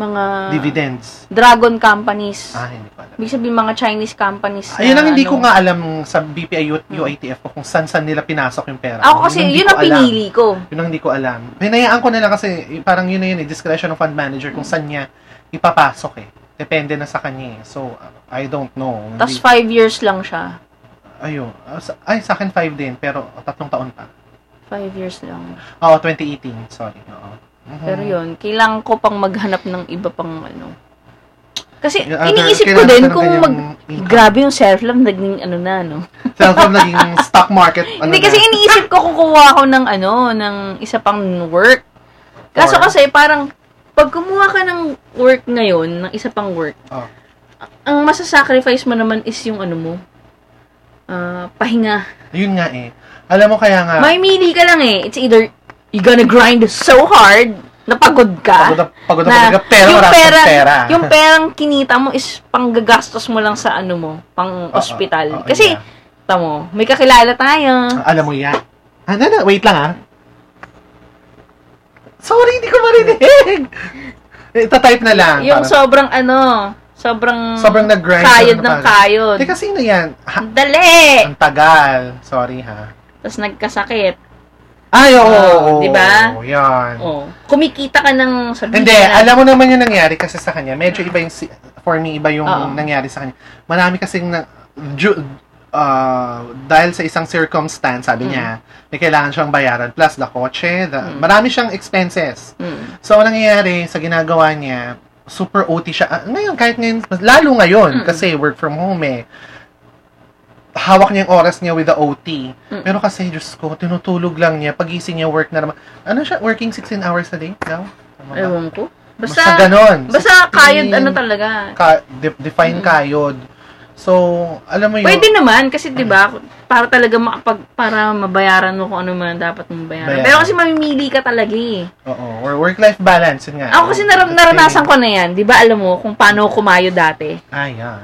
[SPEAKER 1] mga
[SPEAKER 2] Dividends.
[SPEAKER 1] dragon companies.
[SPEAKER 2] Ah, hindi ko alam.
[SPEAKER 1] Ibig sabihin mga Chinese companies. na
[SPEAKER 2] Ayun ang hindi
[SPEAKER 1] ano.
[SPEAKER 2] ko nga alam sa BPI U- UITF ko kung saan-saan nila pinasok yung pera.
[SPEAKER 1] Ako kasi,
[SPEAKER 2] ang hindi
[SPEAKER 1] yun
[SPEAKER 2] ko
[SPEAKER 1] ang
[SPEAKER 2] alam.
[SPEAKER 1] pinili ko.
[SPEAKER 2] Yun ang hindi ko alam. Hinayaan ko na lang kasi eh, parang yun na yun eh, discretion ng fund manager kung saan niya ipapasok eh. Depende na sa kanya eh. So, uh, I don't know. Hindi-
[SPEAKER 1] Tapos five years lang siya.
[SPEAKER 2] ayun. Ah, sa- Ay, sa akin 5 din, pero tatlong taon pa.
[SPEAKER 1] Five years lang.
[SPEAKER 2] Oo, 2018. Oh, Sorry. Oo. Mhm.
[SPEAKER 1] Pero yun, kailangan ko pang maghanap ng iba pang ano. Kasi
[SPEAKER 2] Yung other-
[SPEAKER 1] iniisip ko
[SPEAKER 2] kailangan
[SPEAKER 1] din
[SPEAKER 2] ng
[SPEAKER 1] kung
[SPEAKER 2] ganyang
[SPEAKER 1] mag...
[SPEAKER 2] income.
[SPEAKER 1] Grabe yung self-love, naging ano na, no?
[SPEAKER 2] Self-help naging stock market. ano
[SPEAKER 1] Hindi
[SPEAKER 2] na.
[SPEAKER 1] kasi iniisip ko kukuha ako ng ano, ng isa pang work. Kaso
[SPEAKER 2] Or-
[SPEAKER 1] kasi parang pag kumuha ka ng work ngayon, ng isa pang work,
[SPEAKER 2] Oh.
[SPEAKER 1] ang masasacrifice mo naman is yung ano mo, ah, pahinga.
[SPEAKER 2] Yun nga eh. Alam mo kaya nga,
[SPEAKER 1] May mili ka lang eh. It's either you gonna grind so hard na pagod ka.
[SPEAKER 2] pagod na, pagod na, talaga, pero wala kang pera.
[SPEAKER 1] Yung perang kinita mo is panggagastos mo lang sa ano mo, pang
[SPEAKER 2] Oo, oo,
[SPEAKER 1] ospital.
[SPEAKER 2] oo,
[SPEAKER 1] Kasi,
[SPEAKER 2] yeah.
[SPEAKER 1] tamo, may kakilala tayo.
[SPEAKER 2] Ah, Alam mo yan. Ah, na, na, wait lang ah. Sorry, hindi ko marinig. Eh, Itatype na lang.
[SPEAKER 1] yung
[SPEAKER 2] parang,
[SPEAKER 1] sobrang ano, sobrang,
[SPEAKER 2] sobrang nag-grind.
[SPEAKER 1] kayod
[SPEAKER 2] sobrang
[SPEAKER 1] ng
[SPEAKER 2] parang-
[SPEAKER 1] kayod.
[SPEAKER 2] Teka, sino yan? Ha,
[SPEAKER 1] Ang Dali!
[SPEAKER 2] ang tagal. Sorry ha.
[SPEAKER 1] Tapos nagkasakit.
[SPEAKER 2] Ay, oo.
[SPEAKER 1] Oo,
[SPEAKER 2] oo,
[SPEAKER 1] Ah, di ba?
[SPEAKER 2] oo, Yan.
[SPEAKER 1] Oh. Kumikita ka ng sabihin
[SPEAKER 2] Ah. Hindi,
[SPEAKER 1] na-
[SPEAKER 2] alam mo naman yung nangyari kasi sa kanya. Medyo iba yung, si- for me, iba yung
[SPEAKER 1] Oo.
[SPEAKER 2] nangyari sa kanya. Marami kasing, na, ju- ah, dahil sa isang circumstance, sabi niya, may kailangan siyang bayaran. Plus, the kotse, the,
[SPEAKER 1] Mm.
[SPEAKER 2] marami siyang expenses.
[SPEAKER 1] Mm.
[SPEAKER 2] So, ang nangyayari sa ginagawa niya, super OT siya. Ah, Ngayon, kahit ngayon, mas- lalo
[SPEAKER 1] Mm.
[SPEAKER 2] ngayon, kasi work from home eh. Hawak niya yung oras niya with the OT.
[SPEAKER 1] Mm.
[SPEAKER 2] Pero kasi, Diyos ko, tinutulog lang niya. Pagising niya, work na naman. Ano siya? Working 16 hours a day? Daw? Tama ba?
[SPEAKER 1] Ewan ko. Basta,
[SPEAKER 2] Basta, ganon.
[SPEAKER 1] basta kayod ano talaga.
[SPEAKER 2] Ka- de- define
[SPEAKER 1] Mm.
[SPEAKER 2] kayod. So, alam mo yun.
[SPEAKER 1] Pwede naman kasi 'di ba para talaga makapag para mabayaran mo kung ano man dapat mong bayaran.
[SPEAKER 2] Bayaran.
[SPEAKER 1] Pero kasi mamimili ka talaga eh.
[SPEAKER 2] Oo. Or work-life balance, yun nga.
[SPEAKER 1] Diba, Ako kasi naram- naranasan ko na 'yan, 'di ba? Alam mo kung paano ako kumayo dati.
[SPEAKER 2] Ah, yeah.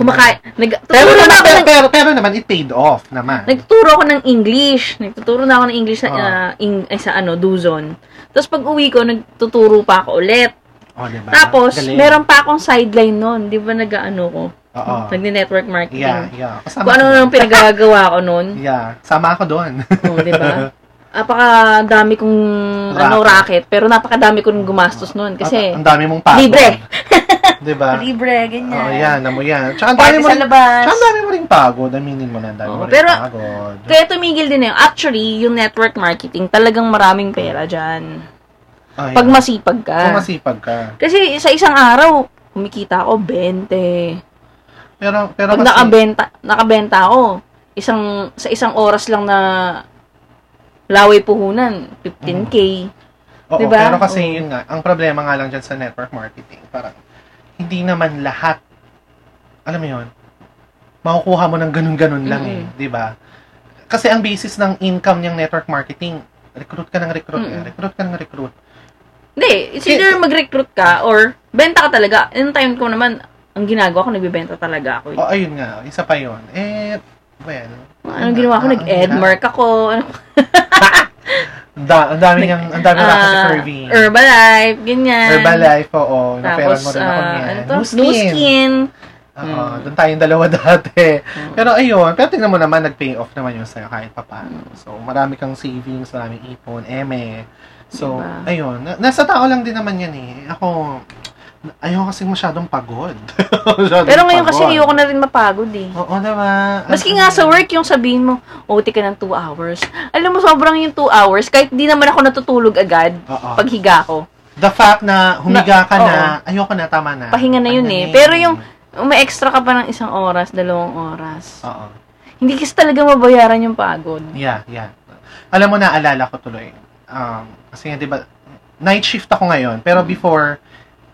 [SPEAKER 1] Kumakain. Nag,
[SPEAKER 2] Pero
[SPEAKER 1] tuturo na
[SPEAKER 2] naman,
[SPEAKER 1] ako
[SPEAKER 2] pero,
[SPEAKER 1] ng,
[SPEAKER 2] pero, pero naman, it paid off naman.
[SPEAKER 1] nagtuturo ako ng English. Nagtuturo na ako ng English sa,
[SPEAKER 2] Ah.
[SPEAKER 1] ah, ing- ay, sa ano, Duzon. Tapos pag uwi ko, nagtuturo pa ako ulit.
[SPEAKER 2] oh, diba?
[SPEAKER 1] Tapos,
[SPEAKER 2] Galing.
[SPEAKER 1] meron pa akong sideline nun. Di ba nag-ano ko?
[SPEAKER 2] Oo.
[SPEAKER 1] Nag-network
[SPEAKER 2] Yeah,
[SPEAKER 1] marketing.
[SPEAKER 2] Ah. yeah. Kasama
[SPEAKER 1] Kung ano
[SPEAKER 2] ko.
[SPEAKER 1] nang pinagagawa ko nun.
[SPEAKER 2] Yeah, sama ako doon.
[SPEAKER 1] Oo, di ba? Napakadami kong ano, racket. Pero napakadami ko nung gumastos nun. Kasi,
[SPEAKER 2] Ang dami mong pagod.
[SPEAKER 1] libre.
[SPEAKER 2] Diba?
[SPEAKER 3] Libre, ganyan.
[SPEAKER 2] Oh, yan, alam mo yan. Tsaka ang dami
[SPEAKER 3] Party
[SPEAKER 2] mo
[SPEAKER 3] sa
[SPEAKER 2] rin,
[SPEAKER 3] labas.
[SPEAKER 2] tsaka ang dami mo rin pagod. Aminin mo na, ang dami
[SPEAKER 1] Oo,
[SPEAKER 2] mo rin
[SPEAKER 1] pero-
[SPEAKER 2] pagod.
[SPEAKER 1] kaya tumigil din na yun. Actually, yung network marketing, talagang maraming pera dyan.
[SPEAKER 2] Ay,
[SPEAKER 1] Pag masipag
[SPEAKER 2] kung
[SPEAKER 1] ka.
[SPEAKER 2] masipag ka.
[SPEAKER 1] Kasi sa isang araw, kumikita ako 20.
[SPEAKER 2] Pero, pero
[SPEAKER 1] Pag
[SPEAKER 2] Ah, kasi-
[SPEAKER 1] nakabenta, nakabenta ako, isang, sa isang oras lang na laway puhunan, 15K.
[SPEAKER 2] Mm-hmm. Oo,
[SPEAKER 1] Diba?
[SPEAKER 2] pero kasi
[SPEAKER 1] Oo.
[SPEAKER 2] yun nga, ang problema nga lang dyan sa network marketing, parang hindi naman lahat, alam mo yun, makukuha mo ng ganun-ganun lang eh,
[SPEAKER 1] Mm-mm.
[SPEAKER 2] di ba? Kasi ang basis ng income niyang network marketing, recruit ka ng recruit, eh,
[SPEAKER 1] Mm-mm.
[SPEAKER 2] recruit ka ng recruit.
[SPEAKER 1] Hindi, it's either mag-recruit ka or benta ka talaga. Yung time ko naman, ang ginagawa ko, nagbibenta talaga ako. eh.
[SPEAKER 2] O ayun nga, isa pa yun. Eh, well,
[SPEAKER 1] Anong ginawa ko?
[SPEAKER 2] Ah,
[SPEAKER 1] Nag-Edmark ako. Ano,
[SPEAKER 2] ang da- ang dami niyang, ang dami na kasi
[SPEAKER 1] ah,
[SPEAKER 2] Kirby.
[SPEAKER 1] Herbalife, ganyan.
[SPEAKER 2] Herbalife, oo. Naperan
[SPEAKER 1] Tapos,
[SPEAKER 2] mo rin ako
[SPEAKER 1] ah,
[SPEAKER 2] niyan.
[SPEAKER 1] ano to?
[SPEAKER 2] New skin.
[SPEAKER 1] New skin.
[SPEAKER 2] Oo,
[SPEAKER 1] Mm.
[SPEAKER 2] doon tayong dalawa dati.
[SPEAKER 1] Hmm.
[SPEAKER 2] Pero ayun, pero tingnan mo naman, nag-pay off naman yun sa'yo kahit pa paano.
[SPEAKER 1] Hmm.
[SPEAKER 2] So, marami kang savings, maraming ipon, eme. So,
[SPEAKER 1] Diba?
[SPEAKER 2] ayun. Na- nasa tao lang din naman yan eh. Ako, ayoko kasi masyadong pagod. Masyadong
[SPEAKER 1] Pero ngayon kasi
[SPEAKER 2] pagod.
[SPEAKER 1] ayoko na rin mapagod eh.
[SPEAKER 2] Oo, diba?
[SPEAKER 1] Maski nga sa work yung sabihin mo, OT ka ng 2 hours. Alam mo, sobrang yung 2 hours, kahit di naman ako natutulog agad,
[SPEAKER 2] Oo.
[SPEAKER 1] pag higa ko,
[SPEAKER 2] The fact na humiga ka na, ayoko na, tama na.
[SPEAKER 1] pahinga na yun
[SPEAKER 2] Ano
[SPEAKER 1] eh. Pero yung, may extra ka pa ng isang oras, dalawang oras.
[SPEAKER 2] Oo.
[SPEAKER 1] Hindi kasi talaga mabayaran yung pagod.
[SPEAKER 2] Yeah, yeah. Alam mo, naalala ko tuloy. Um, kasi nga, di ba, night shift ako ngayon. Pero before,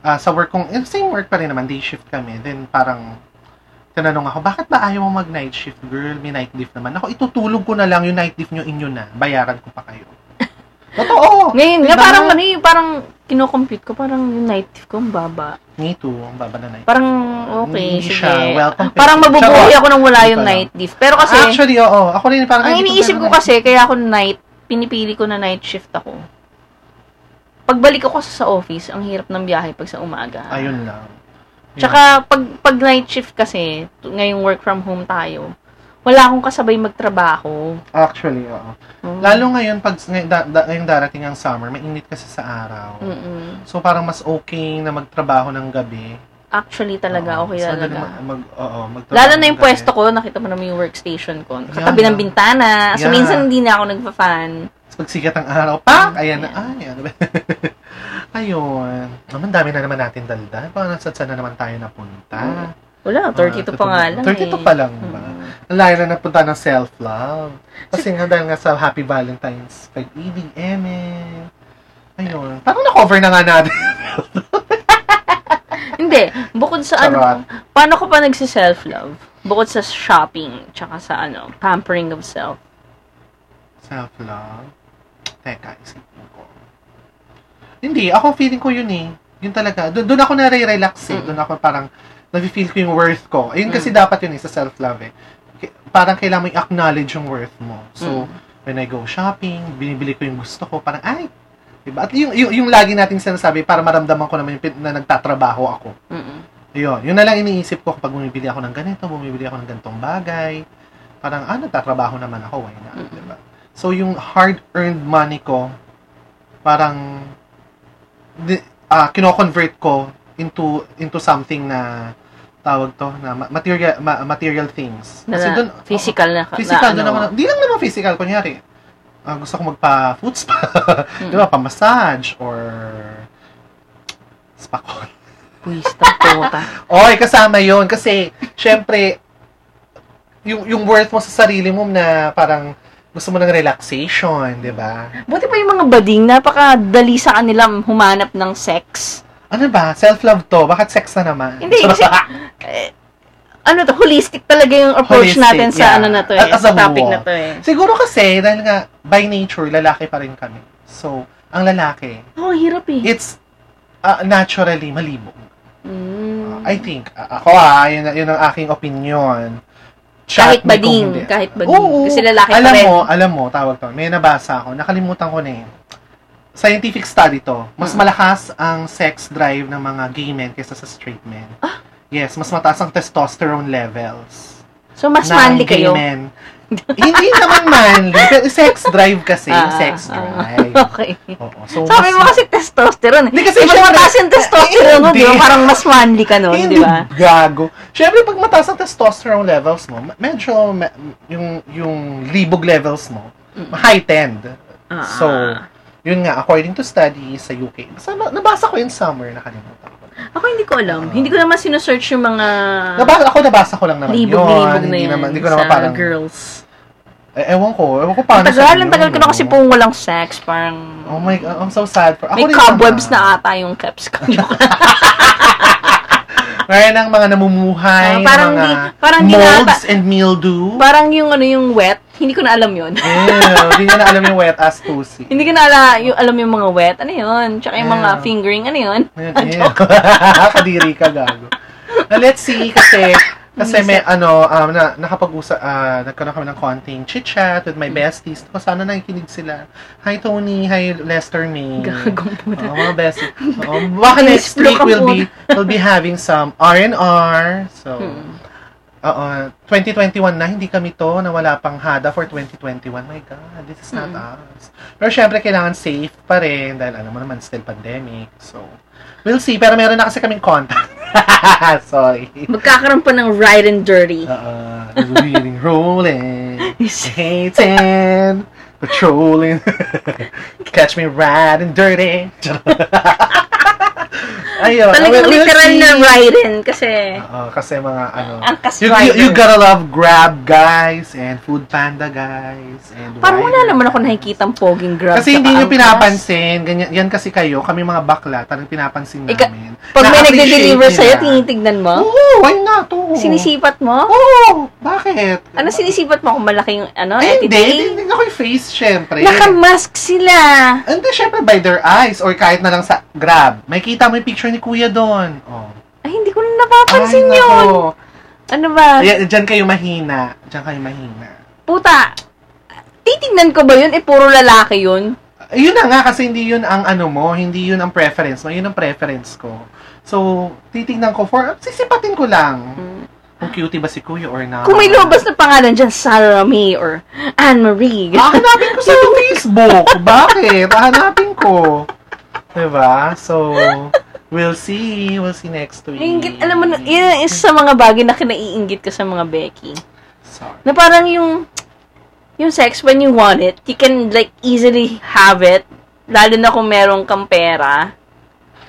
[SPEAKER 2] ah, sa work kong, eh, same work pa rin naman, day shift kami. Then parang, tinanong ako, bakit ba ayaw mo mag-night shift, girl? May night shift naman. Ako, itutulog ko na lang yung night shift nyo inyo na. Bayaran ko pa kayo. Totoo!
[SPEAKER 1] Ngayon, nga
[SPEAKER 2] Diba?
[SPEAKER 1] parang ano eh, parang kinocompute ko, parang yung night ko, ang baba.
[SPEAKER 2] Me too, ang baba na night. Mm,
[SPEAKER 1] Parang okay,
[SPEAKER 2] Hindi
[SPEAKER 1] sige.
[SPEAKER 2] siya well-compensated.
[SPEAKER 1] Parang mabubuhay
[SPEAKER 2] Charot.
[SPEAKER 1] ako nang wala yung
[SPEAKER 2] Hindi ko alam.
[SPEAKER 1] night diff. Pero kasi,
[SPEAKER 2] Actually, oo. Ako rin parang,
[SPEAKER 1] ang
[SPEAKER 2] ay, di
[SPEAKER 1] iniisip ko
[SPEAKER 2] kailangan.
[SPEAKER 1] kasi, kaya ako night, pinipili ko na night shift ako. Pagbalik ako sa office, ang hirap ng biyahe pag sa umaga.
[SPEAKER 2] eh. Ayun lang. Yun.
[SPEAKER 1] Tsaka, pag, pag night shift kasi, t- ngayong work from home tayo, wala akong kasabay magtrabaho.
[SPEAKER 2] Actually, oo.
[SPEAKER 1] Mm.
[SPEAKER 2] Lalo ngayon, pag ngay- da- da- ngayong darating ang summer, mainit kasi sa araw.
[SPEAKER 1] Mm-mm.
[SPEAKER 2] So, parang mas okay na magtrabaho ng gabi.
[SPEAKER 1] Actually talaga,
[SPEAKER 2] Oo,
[SPEAKER 1] okay
[SPEAKER 2] mas
[SPEAKER 1] talaga.
[SPEAKER 2] madali Mag, mag, oo, magtrabaho
[SPEAKER 1] Lalo na yung
[SPEAKER 2] ng gabi.
[SPEAKER 1] pwesto ko, nakita mo naman yung workstation ko. Katabi
[SPEAKER 2] Yeah.
[SPEAKER 1] ng bintana. So,
[SPEAKER 2] Yeah.
[SPEAKER 1] minsan hindi na ako nagpa-fan.
[SPEAKER 2] Tapos pag sikat ang araw, pak! Ayan na,
[SPEAKER 1] Ayan.
[SPEAKER 2] ay, ano ba? Ayun. Naman, dami na naman natin dalda. Parang nasa saan na naman tayo napunta?
[SPEAKER 1] Mm. Wala,
[SPEAKER 2] Mga
[SPEAKER 1] 32 pa nga lang eh.
[SPEAKER 2] 32 Ah, pa lang ba?
[SPEAKER 1] Mm.
[SPEAKER 2] Ang layo na napunta ng self-love. Kasi nga dahil nga sa Happy Valentine's, pag-ibig, eme. Ayun. Parang na-cover na nga natin.
[SPEAKER 1] Hindi, bukod sa
[SPEAKER 2] Charot.
[SPEAKER 1] ano, paano ko pa nagsi-self-love? Bukod sa shopping, tsaka sa ano, pampering of self.
[SPEAKER 2] Self-love. Teka, isipin ko. Hindi, ako feeling ko yun eh. Yun talaga. Do- doon ako nare-relax eh.
[SPEAKER 1] Mm.
[SPEAKER 2] Doon ako parang, nafe-feel ko yung worth ko. Ayun kasi dapat yun eh, sa self-love eh. K- parang kailangan mo i-acknowledge yung worth mo. So, when I go shopping, binibili ko yung gusto ko, parang, ay, diba? At yung, yung, yung lagi nating sinasabi, para maramdaman ko naman yung pin- na nagtatrabaho ako.
[SPEAKER 1] Mm-mm.
[SPEAKER 2] Yun, yun na lang iniisip ko kapag bumibili ako ng ganito, bumibili ako ng ganitong bagay. Parang, ah, nagtatrabaho naman ako, why not,
[SPEAKER 1] Mm-mm.
[SPEAKER 2] diba? So, yung hard-earned money ko, parang, di, ah, kino-convert ko into, into something na, tawag to, na ma- material, ma- material things.
[SPEAKER 1] Na, na-
[SPEAKER 2] dun-
[SPEAKER 1] physical na, na
[SPEAKER 2] Physical doon
[SPEAKER 1] ano,
[SPEAKER 2] ako. Hindi lang naman physical. Kunyari, ah, gusto ko magpa-foot spa.
[SPEAKER 1] Mm.
[SPEAKER 2] Di ba? Pa-massage or spa ko.
[SPEAKER 1] Pwista, puta.
[SPEAKER 2] Oy, kasama yon Kasi, syempre, yung, yung worth mo sa sarili mo na parang gusto mo ng relaxation, di ba?
[SPEAKER 1] Buti pa yung mga bading, napakadali sa kanila humanap ng sex.
[SPEAKER 2] Ano ba? Self-love to. Bakit sex na naman?
[SPEAKER 1] Hindi, kasi eh, ano to, holistic talaga yung approach
[SPEAKER 2] Holistic,
[SPEAKER 1] natin sa
[SPEAKER 2] yeah.
[SPEAKER 1] ano na to eh,
[SPEAKER 2] As- as
[SPEAKER 1] sa
[SPEAKER 2] a
[SPEAKER 1] topic
[SPEAKER 2] buo.
[SPEAKER 1] na to eh.
[SPEAKER 2] Siguro kasi, dahil nga, by nature, lalaki pa rin kami. So, ang lalaki,
[SPEAKER 1] Oh, ang hirap eh.
[SPEAKER 2] it's ah, naturally malibog.
[SPEAKER 1] Mm.
[SPEAKER 2] I think, a- ako ah, yun, yun ang aking opinion.
[SPEAKER 1] Kahit
[SPEAKER 2] me kung
[SPEAKER 1] bading,
[SPEAKER 2] hindi.
[SPEAKER 1] kahit bading.
[SPEAKER 2] Oo.
[SPEAKER 1] Kasi lalaki pa
[SPEAKER 2] alam
[SPEAKER 1] rin.
[SPEAKER 2] mo, alam mo, tawag to. May nabasa ako, nakalimutan ko na eh. Scientific study to. Mas
[SPEAKER 1] Mm.
[SPEAKER 2] malakas ang sex drive ng mga gay men kaysa sa straight men.
[SPEAKER 1] Ah.
[SPEAKER 2] Yes, mas mataas ang testosterone levels.
[SPEAKER 1] So, mas
[SPEAKER 2] ng
[SPEAKER 1] manly
[SPEAKER 2] gay
[SPEAKER 1] kayo.
[SPEAKER 2] men. Hindi naman manly. Pero sex drive kasi.
[SPEAKER 1] Ah, ah,
[SPEAKER 2] sex drive.
[SPEAKER 1] Okay.
[SPEAKER 2] Oo. So,
[SPEAKER 1] Sabi
[SPEAKER 2] mas-
[SPEAKER 1] mo kasi testosterone.
[SPEAKER 2] Hindi kasi
[SPEAKER 1] Ibang
[SPEAKER 2] syempre- eh,
[SPEAKER 1] mataas yung testosterone mo,
[SPEAKER 2] Hindi.
[SPEAKER 1] di ba? Parang mas manly ka nun,
[SPEAKER 2] Hindi
[SPEAKER 1] di ba?
[SPEAKER 2] gago. Siyempre, pag mataas ang testosterone levels mo, ma- medyo ma- yung, yung libog levels mo,
[SPEAKER 1] Mm.
[SPEAKER 2] heightened.
[SPEAKER 1] Ah.
[SPEAKER 2] So, yun nga, according to studies sa UK, basta na- nabasa ko yun somewhere, nakalimutan ko.
[SPEAKER 1] Ako hindi ko alam.
[SPEAKER 2] Ah.
[SPEAKER 1] hindi ko naman sinusearch yung mga
[SPEAKER 2] Nabasa, ako nabasa ko lang naman yun.
[SPEAKER 1] libog-libog na
[SPEAKER 2] hindi
[SPEAKER 1] yan
[SPEAKER 2] naman, hindi ko
[SPEAKER 1] sa
[SPEAKER 2] naman parang,
[SPEAKER 1] girls.
[SPEAKER 2] eh, ewan ko, ewan ko
[SPEAKER 1] Ang
[SPEAKER 2] paano. sa
[SPEAKER 1] tagal,
[SPEAKER 2] inyo,
[SPEAKER 1] ang tagal ko
[SPEAKER 2] no?
[SPEAKER 1] na kasi pong walang sex. Parang
[SPEAKER 2] Oh my God, I'm so sad for...
[SPEAKER 1] may
[SPEAKER 2] Ako rin
[SPEAKER 1] cobwebs
[SPEAKER 2] naman.
[SPEAKER 1] na ata yung caps ko.
[SPEAKER 2] Meron ng mga namumuhay,
[SPEAKER 1] Ah, parang
[SPEAKER 2] mga
[SPEAKER 1] di- parang di
[SPEAKER 2] molds
[SPEAKER 1] naba-
[SPEAKER 2] and mildew.
[SPEAKER 1] parang yung ano yung wet, hindi ko na alam yun.
[SPEAKER 2] Ew, hindi niya na alam yung wet ass pussy.
[SPEAKER 1] hindi ko na ala, yung, alam yung mga wet, ano yun? Tsaka yung mga
[SPEAKER 2] Yeah.
[SPEAKER 1] fingering, ano yun?
[SPEAKER 2] Ayun, ayun. Kadiri ka, gago. Now, let's see, kasi, kasi may, ano, um, na, nakapag-usa, ah, nagkaroon kami ng konting chit-chat with my besties. Tapos sana nakikinig sila. Hi, Tony. Hi, Lester May.
[SPEAKER 1] Gagong po
[SPEAKER 2] Oo, mga besties. Oo, baka
[SPEAKER 1] Explore
[SPEAKER 2] next week
[SPEAKER 1] ka
[SPEAKER 2] we'll be, we'll be having some R&R. So, oo, 2021 na, hindi kami to, na wala pang hada for 2021. My God, this is not us. Pero syempre, kailangan safe pa rin, dahil alam mo naman, still pandemic. So, we'll see. Pero meron na kasi kaming contact. Sorry.
[SPEAKER 1] Magkakaroon pa ng right and dirty.
[SPEAKER 2] Uh, rolling, rolling,
[SPEAKER 1] Is-
[SPEAKER 2] hating, patrolling, catch me right and dirty. Ayun.
[SPEAKER 1] Talagang
[SPEAKER 2] we'll- we'll
[SPEAKER 1] literal
[SPEAKER 2] see.
[SPEAKER 1] na right in kasi
[SPEAKER 2] Oo, kasi mga ano.
[SPEAKER 1] angkas
[SPEAKER 2] You,
[SPEAKER 1] rider.
[SPEAKER 2] you, you gotta love Grab guys and Food Panda guys and
[SPEAKER 1] Parang wala
[SPEAKER 2] rider
[SPEAKER 1] naman ako
[SPEAKER 2] guys.
[SPEAKER 1] nakikita poging grab.
[SPEAKER 2] Kasi hindi
[SPEAKER 1] tsaka
[SPEAKER 2] nyo
[SPEAKER 1] angkas.
[SPEAKER 2] pinapansin. Ganyan, yan kasi kayo, kami mga bakla, talagang pinapansin
[SPEAKER 1] Ika-
[SPEAKER 2] namin.
[SPEAKER 1] Pag may
[SPEAKER 2] Na-appreciate
[SPEAKER 1] nagde-deliver
[SPEAKER 2] nila.
[SPEAKER 1] sa'yo, tinitignan mo?
[SPEAKER 2] Oo, why not? Oo.
[SPEAKER 1] Sinisipat mo?
[SPEAKER 2] Oo, bakit?
[SPEAKER 1] Ano sinisipat mo kung malaki yung ano,
[SPEAKER 2] Eh, hindi.
[SPEAKER 1] attitude?
[SPEAKER 2] Hindi ako yung face, syempre.
[SPEAKER 1] Nakamask sila.
[SPEAKER 2] Hindi, syempre by their eyes or kahit na lang sa Grab. May kita mo yung picture ni Kuya doon. Oh.
[SPEAKER 1] Ay, hindi ko na napapansin yun. Ano ba?
[SPEAKER 2] Ayan, dyan kayo mahina. Dyan kayo mahina.
[SPEAKER 1] Puta. Titignan ko ba yun? Eh, puro lalaki yun.
[SPEAKER 2] Yun na nga kasi hindi yun ang ano mo, hindi yun ang preference mo, yun ang preference ko. So, titingnan ko for, sisipatin ko lang
[SPEAKER 1] Hmm.
[SPEAKER 2] kung cutie ba si Kuya or not.
[SPEAKER 1] Kung may lumabas na pangalan dyan, Sarah May or Anne-Marie.
[SPEAKER 2] Ah, hanapin ko sa Facebook. Bakit? Ah, Hanapin ko. Diba? So, we'll see. We'll see next week.
[SPEAKER 1] Ingit, alam mo, yun ang isa sa mga bagay na kinaiingit ko sa mga Becky.
[SPEAKER 2] Sorry.
[SPEAKER 1] Na parang yung, yung sex, when you want it, you can like easily have it. Lalo na kung merong kang pera.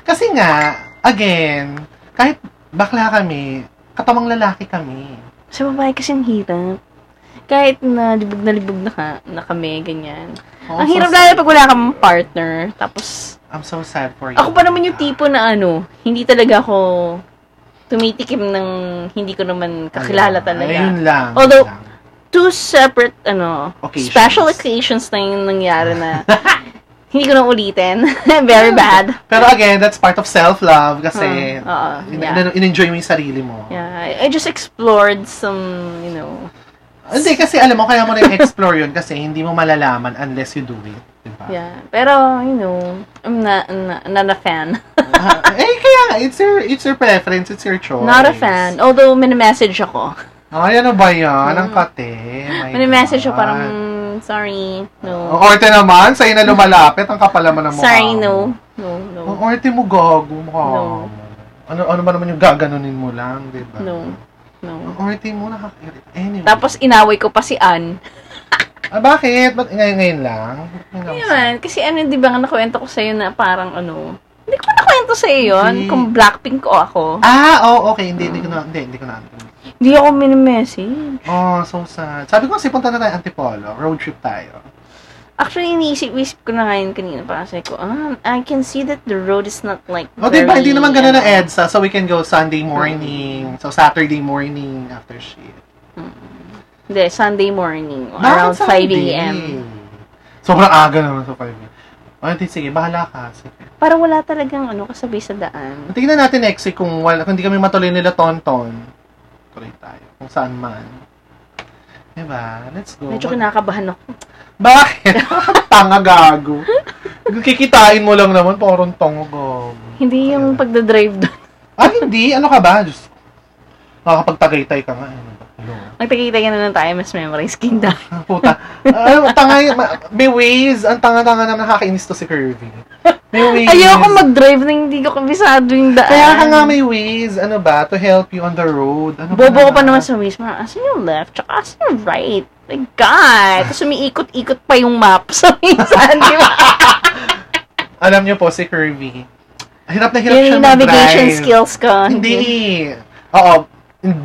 [SPEAKER 2] Kasi nga, again, kahit bakla kami, katamang lalaki kami.
[SPEAKER 1] Sa babae kasi ang hirap. Kahit na libog na libog na, ka, na kami, ganyan.
[SPEAKER 2] Oh,
[SPEAKER 1] ang
[SPEAKER 2] so
[SPEAKER 1] hirap
[SPEAKER 2] sad.
[SPEAKER 1] lalo pag wala kang partner. Tapos,
[SPEAKER 2] I'm so sad for you.
[SPEAKER 1] ako pa naman yung tipo na ano, hindi talaga ako tumitikim ng hindi ko naman kakilala
[SPEAKER 2] Ayun.
[SPEAKER 1] talaga.
[SPEAKER 2] Ayun lang.
[SPEAKER 1] Although,
[SPEAKER 2] Yun lang.
[SPEAKER 1] two separate, ano,
[SPEAKER 2] Occasions.
[SPEAKER 1] special occasions na yung nangyari na hindi ko na ulitin. Very bad.
[SPEAKER 2] Pero again, that's part of self-love kasi
[SPEAKER 1] Hmm, oo,
[SPEAKER 2] in-
[SPEAKER 1] yeah.
[SPEAKER 2] in- in-enjoy mo yung sarili mo.
[SPEAKER 1] Yeah, I- I just explored some, you know,
[SPEAKER 2] Hindi kasi alam mo, kaya mo na-explore yun kasi hindi mo malalaman unless you do it. Diba?
[SPEAKER 1] yeah. Pero, you know, I'm not, not, not a fan.
[SPEAKER 2] Ah, eh, kaya nga, it's your, it's your preference, it's your choice.
[SPEAKER 1] Not a fan. Hmm. Although, minimessage ako.
[SPEAKER 2] Ay, ano ba yan? Ang kate. My
[SPEAKER 1] Minimessage ako
[SPEAKER 2] God.
[SPEAKER 1] parang, mm, sorry,
[SPEAKER 2] Ang
[SPEAKER 1] no.
[SPEAKER 2] orte naman, sa'yo na lumalapit, ang kapal naman ng mukha.
[SPEAKER 1] Sorry,
[SPEAKER 2] mo. Oh,
[SPEAKER 1] no. No, no.
[SPEAKER 2] Ang orte mo, gago mukha.
[SPEAKER 1] No.
[SPEAKER 2] mo. Ano, ano ba naman yung gaganunin mo lang, diba?
[SPEAKER 1] No.
[SPEAKER 2] Ang
[SPEAKER 1] No.
[SPEAKER 2] orte mo, nakakairit. Anyway.
[SPEAKER 1] Tapos, inaway ko pa si Ann.
[SPEAKER 2] Ah, bakit? Ba't ngayon, ngayon lang? Ngayon lang
[SPEAKER 1] Ayun, kasi ano, di ba nga nakwento ko sa'yo na parang ano, hindi ko nakwento sa'yo yun,
[SPEAKER 2] Hindi.
[SPEAKER 1] kung Blackpink ko ako.
[SPEAKER 2] Ah, oh, okay. Hindi, hindi ko na, hindi, hindi ko na. ano.
[SPEAKER 1] Hindi ako minimessage.
[SPEAKER 2] Oh, so sad. Sabi ko kasi punta na tayo Antipolo. Road trip tayo.
[SPEAKER 1] Actually, iniisip-isip ko na ngayon kanina pa kasi ko, ah, I can see that the road is not like
[SPEAKER 2] O, di
[SPEAKER 1] very,
[SPEAKER 2] ba? Oh, diba? Hindi naman ganun
[SPEAKER 1] ano,
[SPEAKER 2] na EDSA. So, we can go Sunday morning. So, Saturday morning after shift.
[SPEAKER 1] Hindi, Sunday morning,
[SPEAKER 2] Bakit
[SPEAKER 1] around 5
[SPEAKER 2] Sunday?
[SPEAKER 1] a.m.
[SPEAKER 2] Sobrang aga naman sa 5 a.m. O, O, Oh, hindi, sige, bahala ka. Sige.
[SPEAKER 1] Parang wala talagang ano kasabi sa daan.
[SPEAKER 2] Tingnan natin next week kung, wala, kung hindi kami matuloy nila tonton. Tuloy tayo. Kung saan man. Diba? Let's go.
[SPEAKER 1] Medyo kinakabahan ako.
[SPEAKER 2] Bakit? Tanga gago. Kikitain mo lang naman, porong tongo gago.
[SPEAKER 1] Hindi yung pagdadrive doon.
[SPEAKER 2] Ah, hindi. Ano ka ba? Diyos ko. Nakakapagtagaytay ka nga. Ano ba? Hello.
[SPEAKER 1] Magtakita ka na lang tayo, mas memorize king dahil.
[SPEAKER 2] Ah, Puta. Ah, tanga yun. Ma- May ways. Ang tanga-tanga na nakakainis to si Kirby. May ways.
[SPEAKER 1] Ayoko mag-drive na hindi ko kabisado yung daan.
[SPEAKER 2] Kaya ka nga may ways. Ano ba? To help you on the road. Ano ba
[SPEAKER 1] Bobo ko pa naman sa ways. Parang, asan yung left? Tsaka asan yung right? My God! Tapos umiikot-ikot pa yung map sa minsan, di ba?
[SPEAKER 2] Alam niyo po si Kirby. Hirap na hirap siya
[SPEAKER 1] Yung
[SPEAKER 2] mag-drive.
[SPEAKER 1] navigation skills ko.
[SPEAKER 2] Hindi. Oo.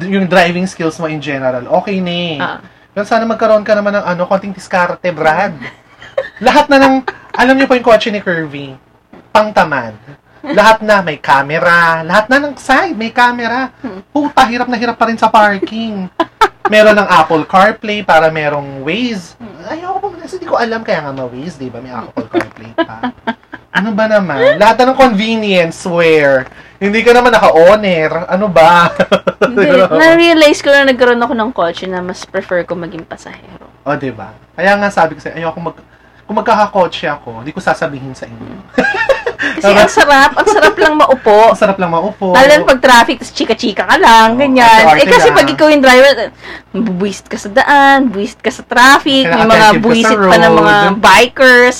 [SPEAKER 2] Yung driving skills mo in general. Okay na eh.
[SPEAKER 1] Ah.
[SPEAKER 2] Pero sana magkaroon ka naman ng ano, konting diskarte, Brad. Lahat na ng, alam niyo po yung kotse ni Curvy, pangtamad. Lahat na may camera, lahat na ng side may camera. Puta, hirap na hirap pa rin sa parking. Meron ng Apple CarPlay para merong Waze. Ayoko pa kasi hindi ko alam kaya nga ma-Waze, di ba? May Apple CarPlay pa. Ano ba naman? Lahat na ng convenience, swear. Hindi ka naman naka-owner. Ano ba?
[SPEAKER 1] Hindi. Na-realize ko na nagkaroon ako ng kotse na mas prefer ko maging pasahero.
[SPEAKER 2] O, di ba? Kaya nga sabi ko sa'yo, ayoko mag... Kung magkakakotse ako, hindi ko sasabihin sa inyo.
[SPEAKER 1] Kasi ang sarap, ang sarap lang maupo.
[SPEAKER 2] Ang sarap lang maupo.
[SPEAKER 1] Lalo na pag traffic, tapos chika-chika ka lang,
[SPEAKER 2] Oo,
[SPEAKER 1] ganyan. Eh
[SPEAKER 2] arte-arte
[SPEAKER 1] kasi
[SPEAKER 2] ka.
[SPEAKER 1] pag ikaw yung driver, buwist ka sa daan, buwist ka sa traffic, may
[SPEAKER 2] Kailangan
[SPEAKER 1] mga
[SPEAKER 2] attentive ka sa
[SPEAKER 1] buwisit pa ng mga
[SPEAKER 2] road.
[SPEAKER 1] bikers,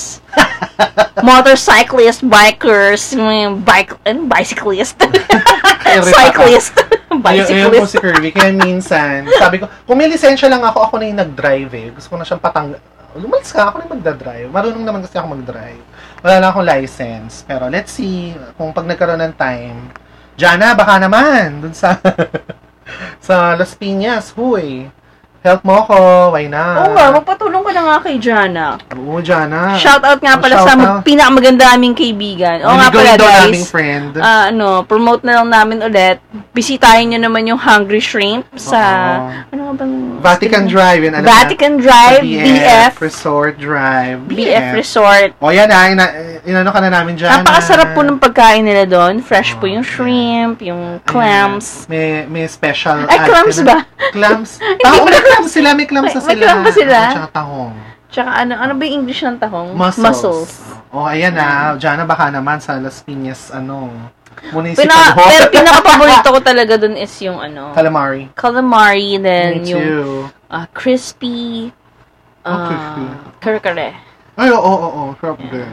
[SPEAKER 1] motorcyclist, bikers, yung mga bike, ano, bicyclist, cyclist,
[SPEAKER 2] Ayun, ayun po
[SPEAKER 1] bicyclist.
[SPEAKER 2] si Kirby. Kaya minsan, sabi ko, kung may lisensya lang ako, ako na yung nag-drive eh. Gusto ko na siyang patang... Lumalis ka, ako na yung magdadrive. Marunong naman kasi ako mag-drive. Wala lang akong license. Pero let's see, kung pag nagkaroon ng time, Jana, baka naman, dun sa... sa Las Piñas, huy. Help mo ako, why not?
[SPEAKER 1] Oo nga, magpatulong ka na nga kay Jana.
[SPEAKER 2] Oo, Jana.
[SPEAKER 1] Shout out nga pala
[SPEAKER 2] Shout
[SPEAKER 1] sa
[SPEAKER 2] out.
[SPEAKER 1] pinakamaganda naming kaibigan. Oo nga pala,
[SPEAKER 2] Niligawan daw naming
[SPEAKER 1] guys.
[SPEAKER 2] friend.
[SPEAKER 1] Ah, ano, promote na lang namin ulit. Bisitahin nyo naman yung Hungry Shrimp sa, ano nga bang?
[SPEAKER 2] Vatican Drive, yun. alam na.
[SPEAKER 1] Vatican Drive, BF,
[SPEAKER 2] Resort Drive.
[SPEAKER 1] BF Resort.
[SPEAKER 2] O yan ah, ina, inano ka na namin dyan. ah,
[SPEAKER 1] Napakasarap po ng
[SPEAKER 2] ng
[SPEAKER 1] pagkain nila doon. Fresh po
[SPEAKER 2] Oh,
[SPEAKER 1] yung
[SPEAKER 2] yeah.
[SPEAKER 1] shrimp, yung clams.
[SPEAKER 2] May, may special.
[SPEAKER 1] Ay,
[SPEAKER 2] ad-
[SPEAKER 1] clams
[SPEAKER 2] ano-
[SPEAKER 1] ba?
[SPEAKER 2] Clams. Tahong may clams sila, may clams na
[SPEAKER 1] May- may
[SPEAKER 2] sila.
[SPEAKER 1] clams ba sila?
[SPEAKER 2] O, tsaka tahong.
[SPEAKER 1] Tsaka ano, ano ba yung English ng tahong?
[SPEAKER 2] Mussels. O, ayan ah, Diyan na baka naman sa Las Piñas, ano, Municipal
[SPEAKER 1] Pina,
[SPEAKER 2] Hall.
[SPEAKER 1] pero pinaka-paborito ko talaga doon is yung ano,
[SPEAKER 2] Calamari.
[SPEAKER 1] calamari, then
[SPEAKER 2] Me
[SPEAKER 1] yung
[SPEAKER 2] too.
[SPEAKER 1] ah, crispy,
[SPEAKER 2] Oh,
[SPEAKER 1] ah,
[SPEAKER 2] crispy.
[SPEAKER 1] kare-kare.
[SPEAKER 2] Ay, oo, oo, oo. Crop girl.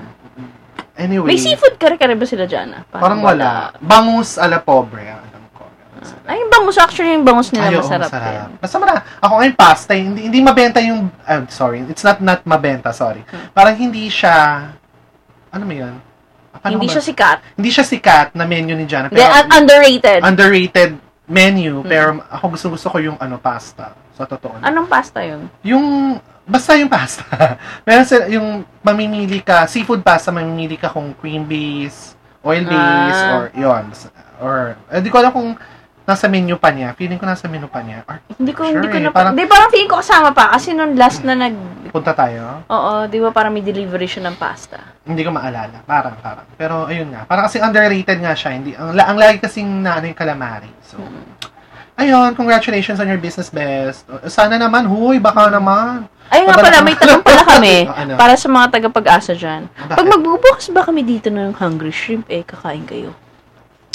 [SPEAKER 1] May
[SPEAKER 2] Anyway.
[SPEAKER 1] seafood kare-kare ba sila dyan? ah?
[SPEAKER 2] Parang wala. Bangus ala pobre. ah, Alam ko. Meron sila.
[SPEAKER 1] Ay, yung bangus. Actually, yung bangus nila
[SPEAKER 2] Ay, oo,
[SPEAKER 1] masarap.
[SPEAKER 2] masarap. Basta mara- Ako ngayon, pasta. Hindi, hindi mabenta yung... ah, sorry. It's not not mabenta, sorry.
[SPEAKER 1] Hmm.
[SPEAKER 2] Parang hindi siya... Ano mo yun? Ah,
[SPEAKER 1] eh.
[SPEAKER 2] paano
[SPEAKER 1] Hindi
[SPEAKER 2] ko ba-
[SPEAKER 1] siya sikat.
[SPEAKER 2] hindi siya sikat na menu ni Jana.
[SPEAKER 1] Hindi, Hmm.
[SPEAKER 2] Pero
[SPEAKER 1] un- underrated.
[SPEAKER 2] underrated menu. Pero ako gusto-gusto ko yung ano pasta. Sa totoo. lang.
[SPEAKER 1] Anong pasta yun?
[SPEAKER 2] Yung... Basta yung pasta. Meron sila yung mamimili ka, seafood pasta, mamimili ka kung cream base, oil base,
[SPEAKER 1] Ah.
[SPEAKER 2] or yon Or, eh, di ko alam kung nasa menu pa niya. Feeling ko nasa menu pa niya. Or,
[SPEAKER 1] Hindi ko,
[SPEAKER 2] Sure
[SPEAKER 1] hindi ko
[SPEAKER 2] eh,
[SPEAKER 1] na...
[SPEAKER 2] parang-
[SPEAKER 1] Hindi, parang feeling ko kasama pa. Kasi nung last na nag...
[SPEAKER 2] punta tayo.
[SPEAKER 1] Oo, di ba parang may delivery siya ng pasta?
[SPEAKER 2] Hindi ko maalala. Parang, parang. Pero, ayun nga. Parang kasi underrated nga siya. Hindi, ang, la- ang lagi kasing na, ano yung calamari. So, ayun. Congratulations on your business best. Sana naman, huy, baka naman.
[SPEAKER 1] Ayun nga
[SPEAKER 2] Aba,
[SPEAKER 1] pala,
[SPEAKER 2] naku.
[SPEAKER 1] may tanong pala kami
[SPEAKER 2] Ano?
[SPEAKER 1] para sa mga tagapag-asa dyan.
[SPEAKER 2] Bakit?
[SPEAKER 1] Pag magbubukas ba kami dito ng Hungry Shrimp, eh, kakain kayo.